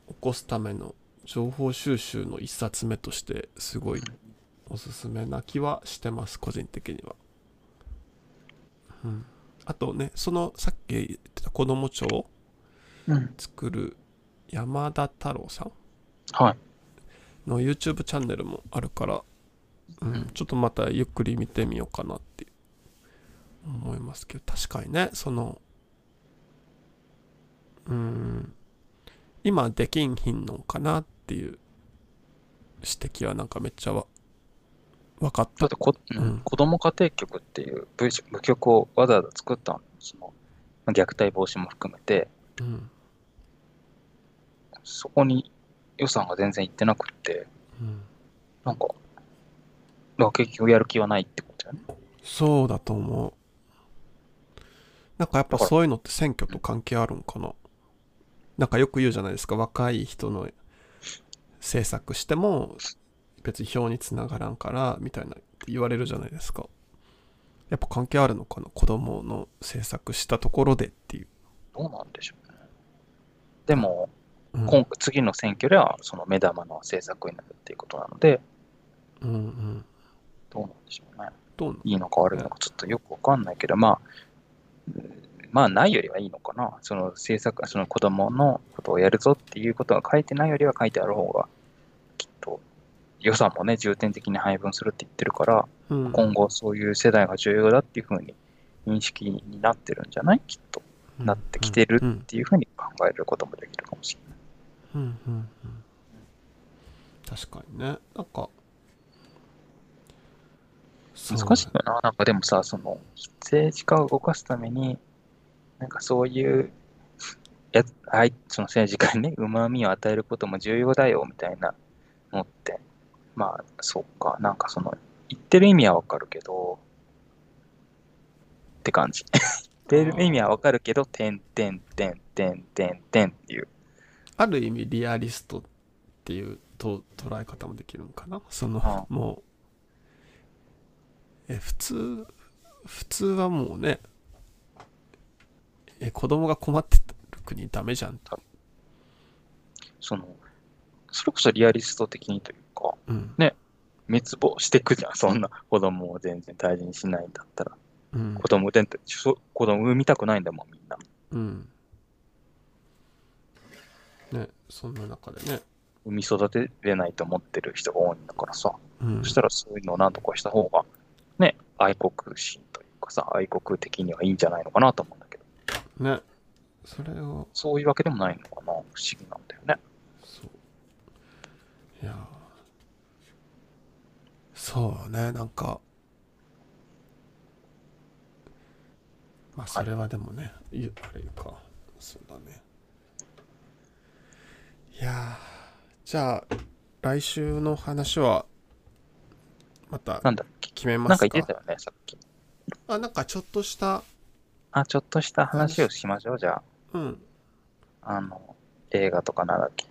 Speaker 1: 起こすための情報収集の一冊目としてすごいおすすめな気はしてます個人的には、うん、あとねそのさっき言ってた子ども庁を
Speaker 2: うん、
Speaker 1: 作る山田太郎さん
Speaker 2: はい。
Speaker 1: の YouTube チャンネルもあるから、う
Speaker 2: うん
Speaker 1: ん、ちょっとまたゆっくり見てみようかなって思いますけど確かにねそのうん今できんひんのかなっていう指摘はなんかめっちゃわ分かっ
Speaker 2: だ
Speaker 1: た
Speaker 2: ってこ、うん
Speaker 1: うん
Speaker 2: 子ども家庭局っていう部部局をわざわざ作ったのそのまあ虐待防止も含めて、
Speaker 1: うん
Speaker 2: そこに予算が全然いってなくって、
Speaker 1: うん
Speaker 2: なんか、だから結局やる気はないってことだよね。
Speaker 1: そうだと思うなんかやっぱそういうのって選挙と関係あるんかななんかよく言うじゃないですか若い人の政策しても別に票につながらんからみたいなって言われるじゃないですかやっぱ関係あるのかな子供の政策したところでっていう、
Speaker 2: どうなんでしょうね。でも、
Speaker 1: うん、
Speaker 2: 今次の選挙ではその目玉の政策になるっていうことなので、
Speaker 1: うんうん
Speaker 2: どうなんでしょうね。
Speaker 1: どうない
Speaker 2: いのか悪いのかちょっとよくわかんないけど、まあ、うんまあないよりはいいのかな。その政策、その子供のことをやるぞっていうことが書いてないよりは書いてある方が、きっと予算もね、重点的に配分するって言ってるから、
Speaker 1: うん
Speaker 2: 今後そういう世代が重要だっていうふうに認識になってるんじゃないきっと。なってきてる
Speaker 1: うん
Speaker 2: っていうふうに考えることもできるかもしれない。
Speaker 1: うんうんうん確かにねなんかそう
Speaker 2: 難しいよな。なんかでもさ、その、政治家を動かすために、なんかそういう、やあいその政治家にね、うまみを与えることも重要だよ、みたいなのって。まあ、そうか。なんかその、言ってる意味はわかるけど、って感 じ。言ってる意味はわかるけど、てんてんてんてんてんてんっていう。
Speaker 1: ある意味リアリストっていうと捉え方もできるんかなそのもうえ普通普通はもうねえ子供が困ってる国ダメじゃんと、
Speaker 2: その、それこそリアリスト的にというか、
Speaker 1: うん
Speaker 2: 滅亡してくじゃん、そんな子供を全然大事にしないんだったら。
Speaker 1: うん
Speaker 2: 子供でそ子供産みたくないんだもん、みんな。
Speaker 1: うんねそんな中でね、
Speaker 2: 産み育てれないと思ってる人が多いんだからさ。
Speaker 1: うん
Speaker 2: そしたらそういうのをなんとかした方が、ね、愛国心というかさ、愛国的にはいいんじゃないのかなと思うんだけど、
Speaker 1: ねそれを
Speaker 2: そういうわけでもないのかな、不思議なんだよね。
Speaker 1: そういやーそうねなんかまあそれはでもね、い、あれかそうだねいやーじゃあ来週の話はまた
Speaker 2: なんだっけ
Speaker 1: 決め
Speaker 2: な
Speaker 1: ま
Speaker 2: んか
Speaker 1: す
Speaker 2: 言っ
Speaker 1: か
Speaker 2: てたよね、さっき。
Speaker 1: あなんかちょっとした
Speaker 2: あ、ちょっとした話をしましょう、じゃ
Speaker 1: うん
Speaker 2: あ。あの、映画とかなんだっけ。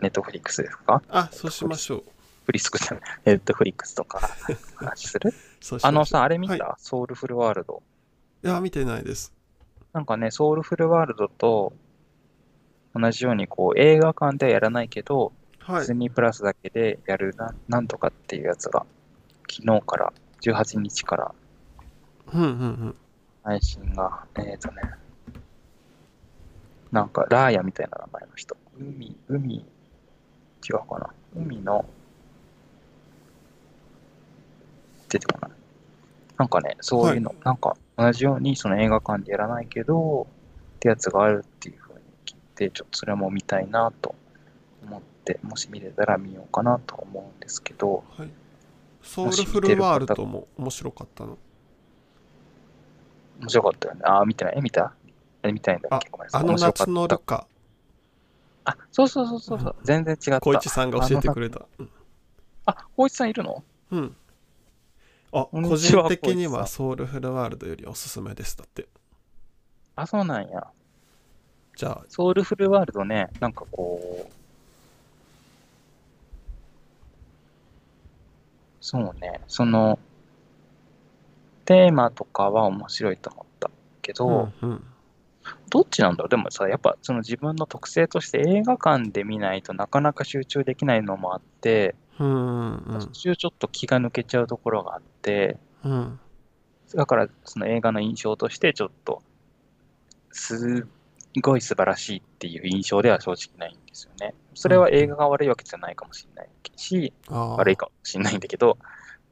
Speaker 2: ネットフリックスですか
Speaker 1: あそうしましょう
Speaker 2: フリスクじゃない。ネットフリックスとか話する
Speaker 1: そうしましょう
Speaker 2: あのさ、あれ見た、
Speaker 1: は
Speaker 2: ソウルフルワールド。
Speaker 1: い、いや見てないです
Speaker 2: なんかね、ソウルフルワールドと同じようにこう映画館ではやらないけど、
Speaker 1: はい
Speaker 2: ディズニープラスだけでやるななんとかっていうやつが、昨日から、18日から
Speaker 1: うんうんうん
Speaker 2: 配信が、えっ、ー、とね、なんかラーヤみたいな名前の人。海、海、違うかな。海の、出てこない。なんかね、そういうの、なんか同じようにその映画館でやらないけど、ってやつがあるっていうふうに聞いて、ちょっとそれも見たいなと思って、もし見れたら見ようかなと思うんですけど、
Speaker 1: はい、ソウルフルワールドも面白かったの。
Speaker 2: 面白かったよね。ああ、見てない。え、見たえ、見たいんだっけごめんなさい。
Speaker 1: あの
Speaker 2: 面白かっ
Speaker 1: 夏
Speaker 2: た
Speaker 1: のルカ、
Speaker 2: あ、そうそうそうそうそう、全然違った。
Speaker 1: 小市さんが教えてくれた。うん
Speaker 2: あ、光一さんいるの
Speaker 1: うん。あ、
Speaker 2: こんに
Speaker 1: 個
Speaker 2: ちは
Speaker 1: 人的に
Speaker 2: こい
Speaker 1: は
Speaker 2: つ
Speaker 1: ソウルフルワールドよりおすすめです。だって。
Speaker 2: あ、そうなんや。
Speaker 1: じゃあ、
Speaker 2: ソウルフルワールドね、なんかこう、そうね、その、テーマとかは面白いと思ったけど、
Speaker 1: うんうん
Speaker 2: どっちなんだろうでもさ、やっぱその自分の特性として映画館で見ないとなかなか集中できないのもあって、
Speaker 1: うんうん
Speaker 2: 途中ちょっと気が抜けちゃうところがあって、
Speaker 1: うん
Speaker 2: だから、その映画の印象として、ちょっと、すごい素晴らしいっていう印象では正直ないんですよね。それは映画が悪いわけじゃないかもしれないし、
Speaker 1: あ
Speaker 2: 悪いかもしれないんだけど、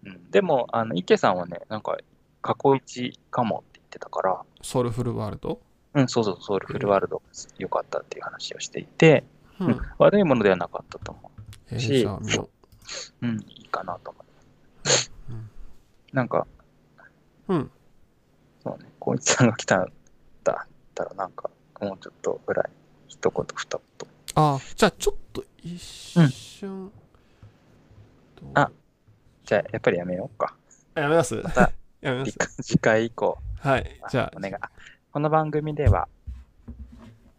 Speaker 2: うん、でも、あの池さんはね、なんか、過去一かもって言ってたから、
Speaker 1: ーソウルフルワールド、
Speaker 2: うん、そうそう、ソウルフルワールドが良かったっていう話をしていて、
Speaker 1: うん
Speaker 2: うん悪いものではなかったと思
Speaker 1: えー
Speaker 2: し
Speaker 1: じゃあ見よ
Speaker 2: う。うん、いいかなと思う。
Speaker 1: うん
Speaker 2: なんか、
Speaker 1: う。うん。
Speaker 2: そうね、光一さんが来たんだったら、なんか、もうちょっとぐらい、一言二言。
Speaker 1: あーじゃあちょっと一瞬。どう
Speaker 2: あじゃあ、やっぱりやめようか。
Speaker 1: やめます
Speaker 2: た
Speaker 1: やめま
Speaker 2: 次
Speaker 1: す
Speaker 2: 回次回以降、
Speaker 1: はい。じゃ
Speaker 2: お願い。この番組では、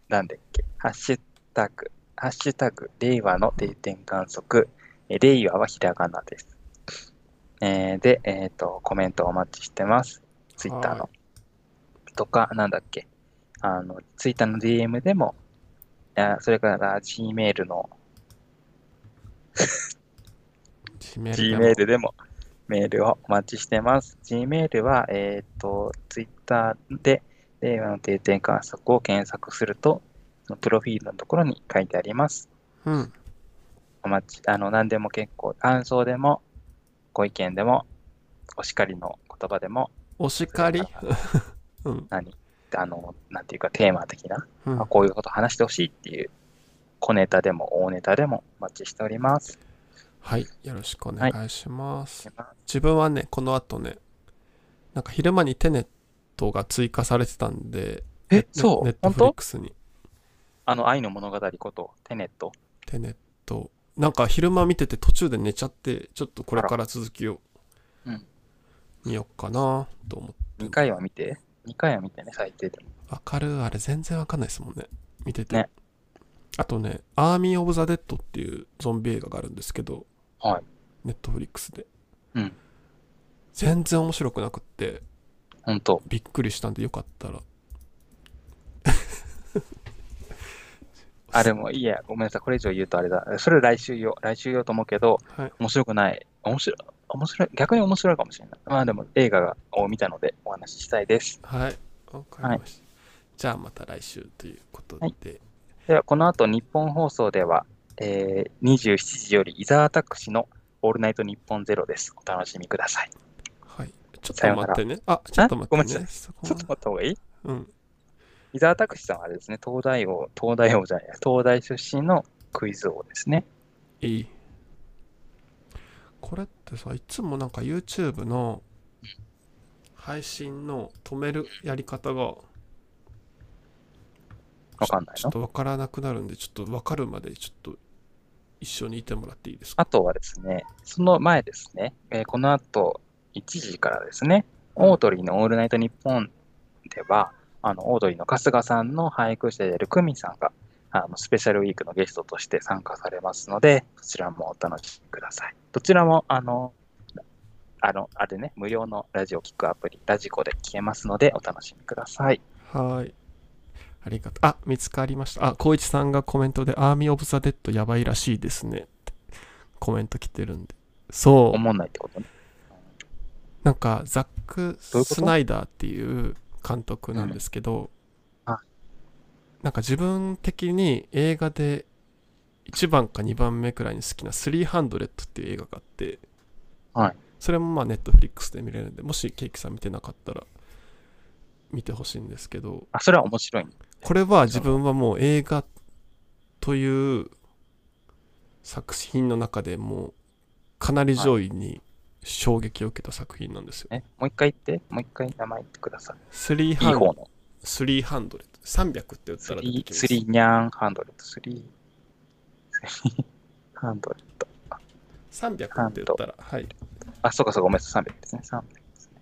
Speaker 2: なんだっけ、ハッシュタグ、ハッシュタグ、令和の定点観測、え令和はひらがなです。えーで、えっ、と、コメントお待ちしてます。ツイッター
Speaker 1: は
Speaker 2: の。とか、なんだっけ、あの、ツイッターの DM でも、あそれから Gmail の
Speaker 1: あ、Gmail でも
Speaker 2: Gmail でもメールをお待ちしてます。Gmail は、えっ、と、Twitter で、令和の定点観測を検索すると、そのプロフィールのところに書いてあります。
Speaker 1: うん。
Speaker 2: お待ち、あの、何でも結構、感想でも、ご意見でも、お叱りの言葉でも、
Speaker 1: お叱 りうん。
Speaker 2: 何、あの、なんていうか、テーマ的な、
Speaker 1: うん
Speaker 2: あこういうこと話してほしいっていう、小ネタでも大ネタでもお待ちしております。
Speaker 1: はい、よろしくお願いします。自分はね、この後ね、なんか昼間にテネットが追加されてたんで、
Speaker 2: え、そ
Speaker 1: ネッ、
Speaker 2: う
Speaker 1: トフリ
Speaker 2: 本
Speaker 1: ッ
Speaker 2: 当
Speaker 1: クスに
Speaker 2: あの、愛の物語こと、テネット。
Speaker 1: テネット。なんか昼間見てて途中で寝ちゃって、ちょっとこれから続きを
Speaker 2: あらうん
Speaker 1: 見よっかなと思って。
Speaker 2: 2回は見て、2回は見てね、最低でも。
Speaker 1: わかるあれ全然わかんないですもんね。見てて。
Speaker 2: ね
Speaker 1: あとね、アーミー・オブ・ザ・デッドっていうゾンビ映画があるんですけど、
Speaker 2: はい。
Speaker 1: ネットフリックスで。
Speaker 2: うん
Speaker 1: 全然面白くなくって、
Speaker 2: 本当
Speaker 1: びっくりしたんでよかったら。
Speaker 2: あ、でも、いや、ごめんなさい、これ以上言うとあれだ。それ来週よ、来週よと思うけど、
Speaker 1: はい。
Speaker 2: 面白くない。面白い、面白い、逆に面白いかもしれない。まあでも、映画がを見たので、お話ししたいです。
Speaker 1: はい。わかりました。じゃあまた来週ということ
Speaker 2: はい
Speaker 1: で。
Speaker 2: では、この後、日本放送では、えー、27時より、伊沢拓司のオールナイト日本ゼロです。お楽しみください。
Speaker 1: はい。ちょっ
Speaker 2: さ
Speaker 1: と
Speaker 2: よう
Speaker 1: 待
Speaker 2: なら
Speaker 1: ってね。あ、ちょっと待
Speaker 2: ごめ
Speaker 1: っ
Speaker 2: ん
Speaker 1: て
Speaker 2: なさ
Speaker 1: ね。
Speaker 2: い
Speaker 1: そこ
Speaker 2: ちょっと待った方がいい
Speaker 1: うん。
Speaker 2: 伊沢拓司さんはあれですね、東大王、東大王じゃない、東大出身のクイズ王ですね。
Speaker 1: いい。これってさ、いつもなんか YouTube の配信の止めるやり方が
Speaker 2: わかんない
Speaker 1: ちょ
Speaker 2: の
Speaker 1: っとわからなくなるんで、ちょっとわかるまでちょっと一緒にいてもらっていいですか
Speaker 2: あとはですね、その前ですね、えーこの後1時からですね、
Speaker 1: うん
Speaker 2: オードリーのオールナイトニッポンでは、あのオードリーの春日さんの俳句師であるクミさんがあのスペシャルウィークのゲストとして参加されますので、そちらもお楽しみください。どちらも、あの、あの、あれね、無料のラジオ聞くアプリ、ラジコで聞けますので、お楽しみください。
Speaker 1: はーい。ありがとう。あ、見つかりました。あ、光一さんがコメントで、アーミー・オブ・ザ・デッドやばいらしいですね。ってコメント来てるんで。そ
Speaker 2: お
Speaker 1: う。
Speaker 2: もんないってことね。
Speaker 1: なんか、ザック・
Speaker 2: どういうこと
Speaker 1: スナイダーっていう監督なんですけど、
Speaker 2: うんは
Speaker 1: なんか自分的に映画で1番か2番目くらいに好きな300っていう映画があって、
Speaker 2: はい
Speaker 1: それもまあネットフリックスで見れるんで、もしケーキさん見てなかったら見てほしいんですけど、
Speaker 2: あ、それは面白いね。
Speaker 1: これは自分はもう映画という作品の中でもうかなり上位に衝撃を受けた作品なんですよ。
Speaker 2: えもう一回言って、もう一回名前言ってくださ
Speaker 1: 3
Speaker 2: い。いい
Speaker 1: ハン
Speaker 2: 方の。
Speaker 1: 3ハンドレッド。300って言った
Speaker 2: ス
Speaker 1: ら出て
Speaker 2: リー、
Speaker 1: きます
Speaker 2: ス。リーニャンハンドレッド、スリー、スリーハンドレッド。
Speaker 1: 300って言ったら、はい。
Speaker 2: あ、そうかそうか、ごめんなさい、300ですね、300ですね。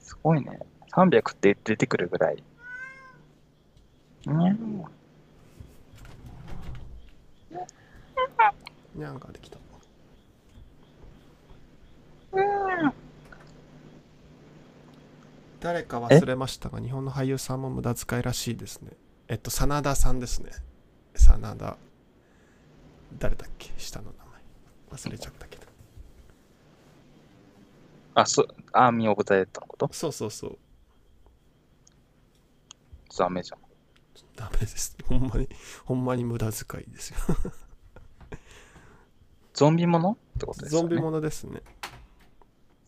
Speaker 2: すごいね。300って出てくるぐらい。にゃん
Speaker 1: にゃんができた。誰か忘れましたが、日本の俳優さんも無駄遣いらしいですね。えっと、真田さんですね。真田。誰だっけ下の名前。忘れちゃったけど。
Speaker 2: あ、そう、アーミー・オブ・ザ・デッドのこと
Speaker 1: そうそうそう。
Speaker 2: ダメじゃん。
Speaker 1: ダメです。ほんまに、 ほんまに無駄遣いですよ。
Speaker 2: ゾンビものってことですよ
Speaker 1: ゾン
Speaker 2: ね。
Speaker 1: ビものですね。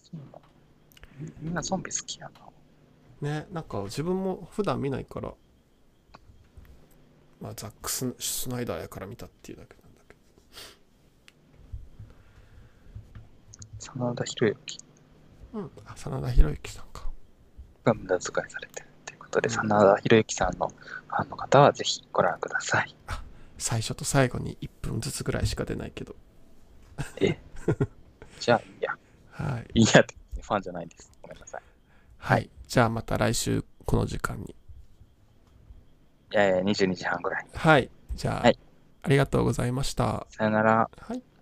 Speaker 2: そうなんだみんなゾンビ好きやな。
Speaker 1: ねなんか自分も普段見ないから、まあ、ザックス・スナイダーやから見たっていうだけなんだけど
Speaker 2: 真田広之
Speaker 1: うん、あ真田広之さんか
Speaker 2: が無駄遣いされてるということで、
Speaker 1: うん
Speaker 2: 真田広之さんのファンの方はぜひご覧ください。
Speaker 1: 最初と最後に1分ずつぐらいしか出ないけど
Speaker 2: じゃあ、いいや。
Speaker 1: はい、
Speaker 2: いいやって、ファンじゃないです。ごめんなさい。
Speaker 1: はい、じゃあまた来週この時間に
Speaker 2: えー、22時半ぐらいに。
Speaker 1: はいじゃあ、
Speaker 2: はい
Speaker 1: ありがとうございました
Speaker 2: さよなら。
Speaker 1: はい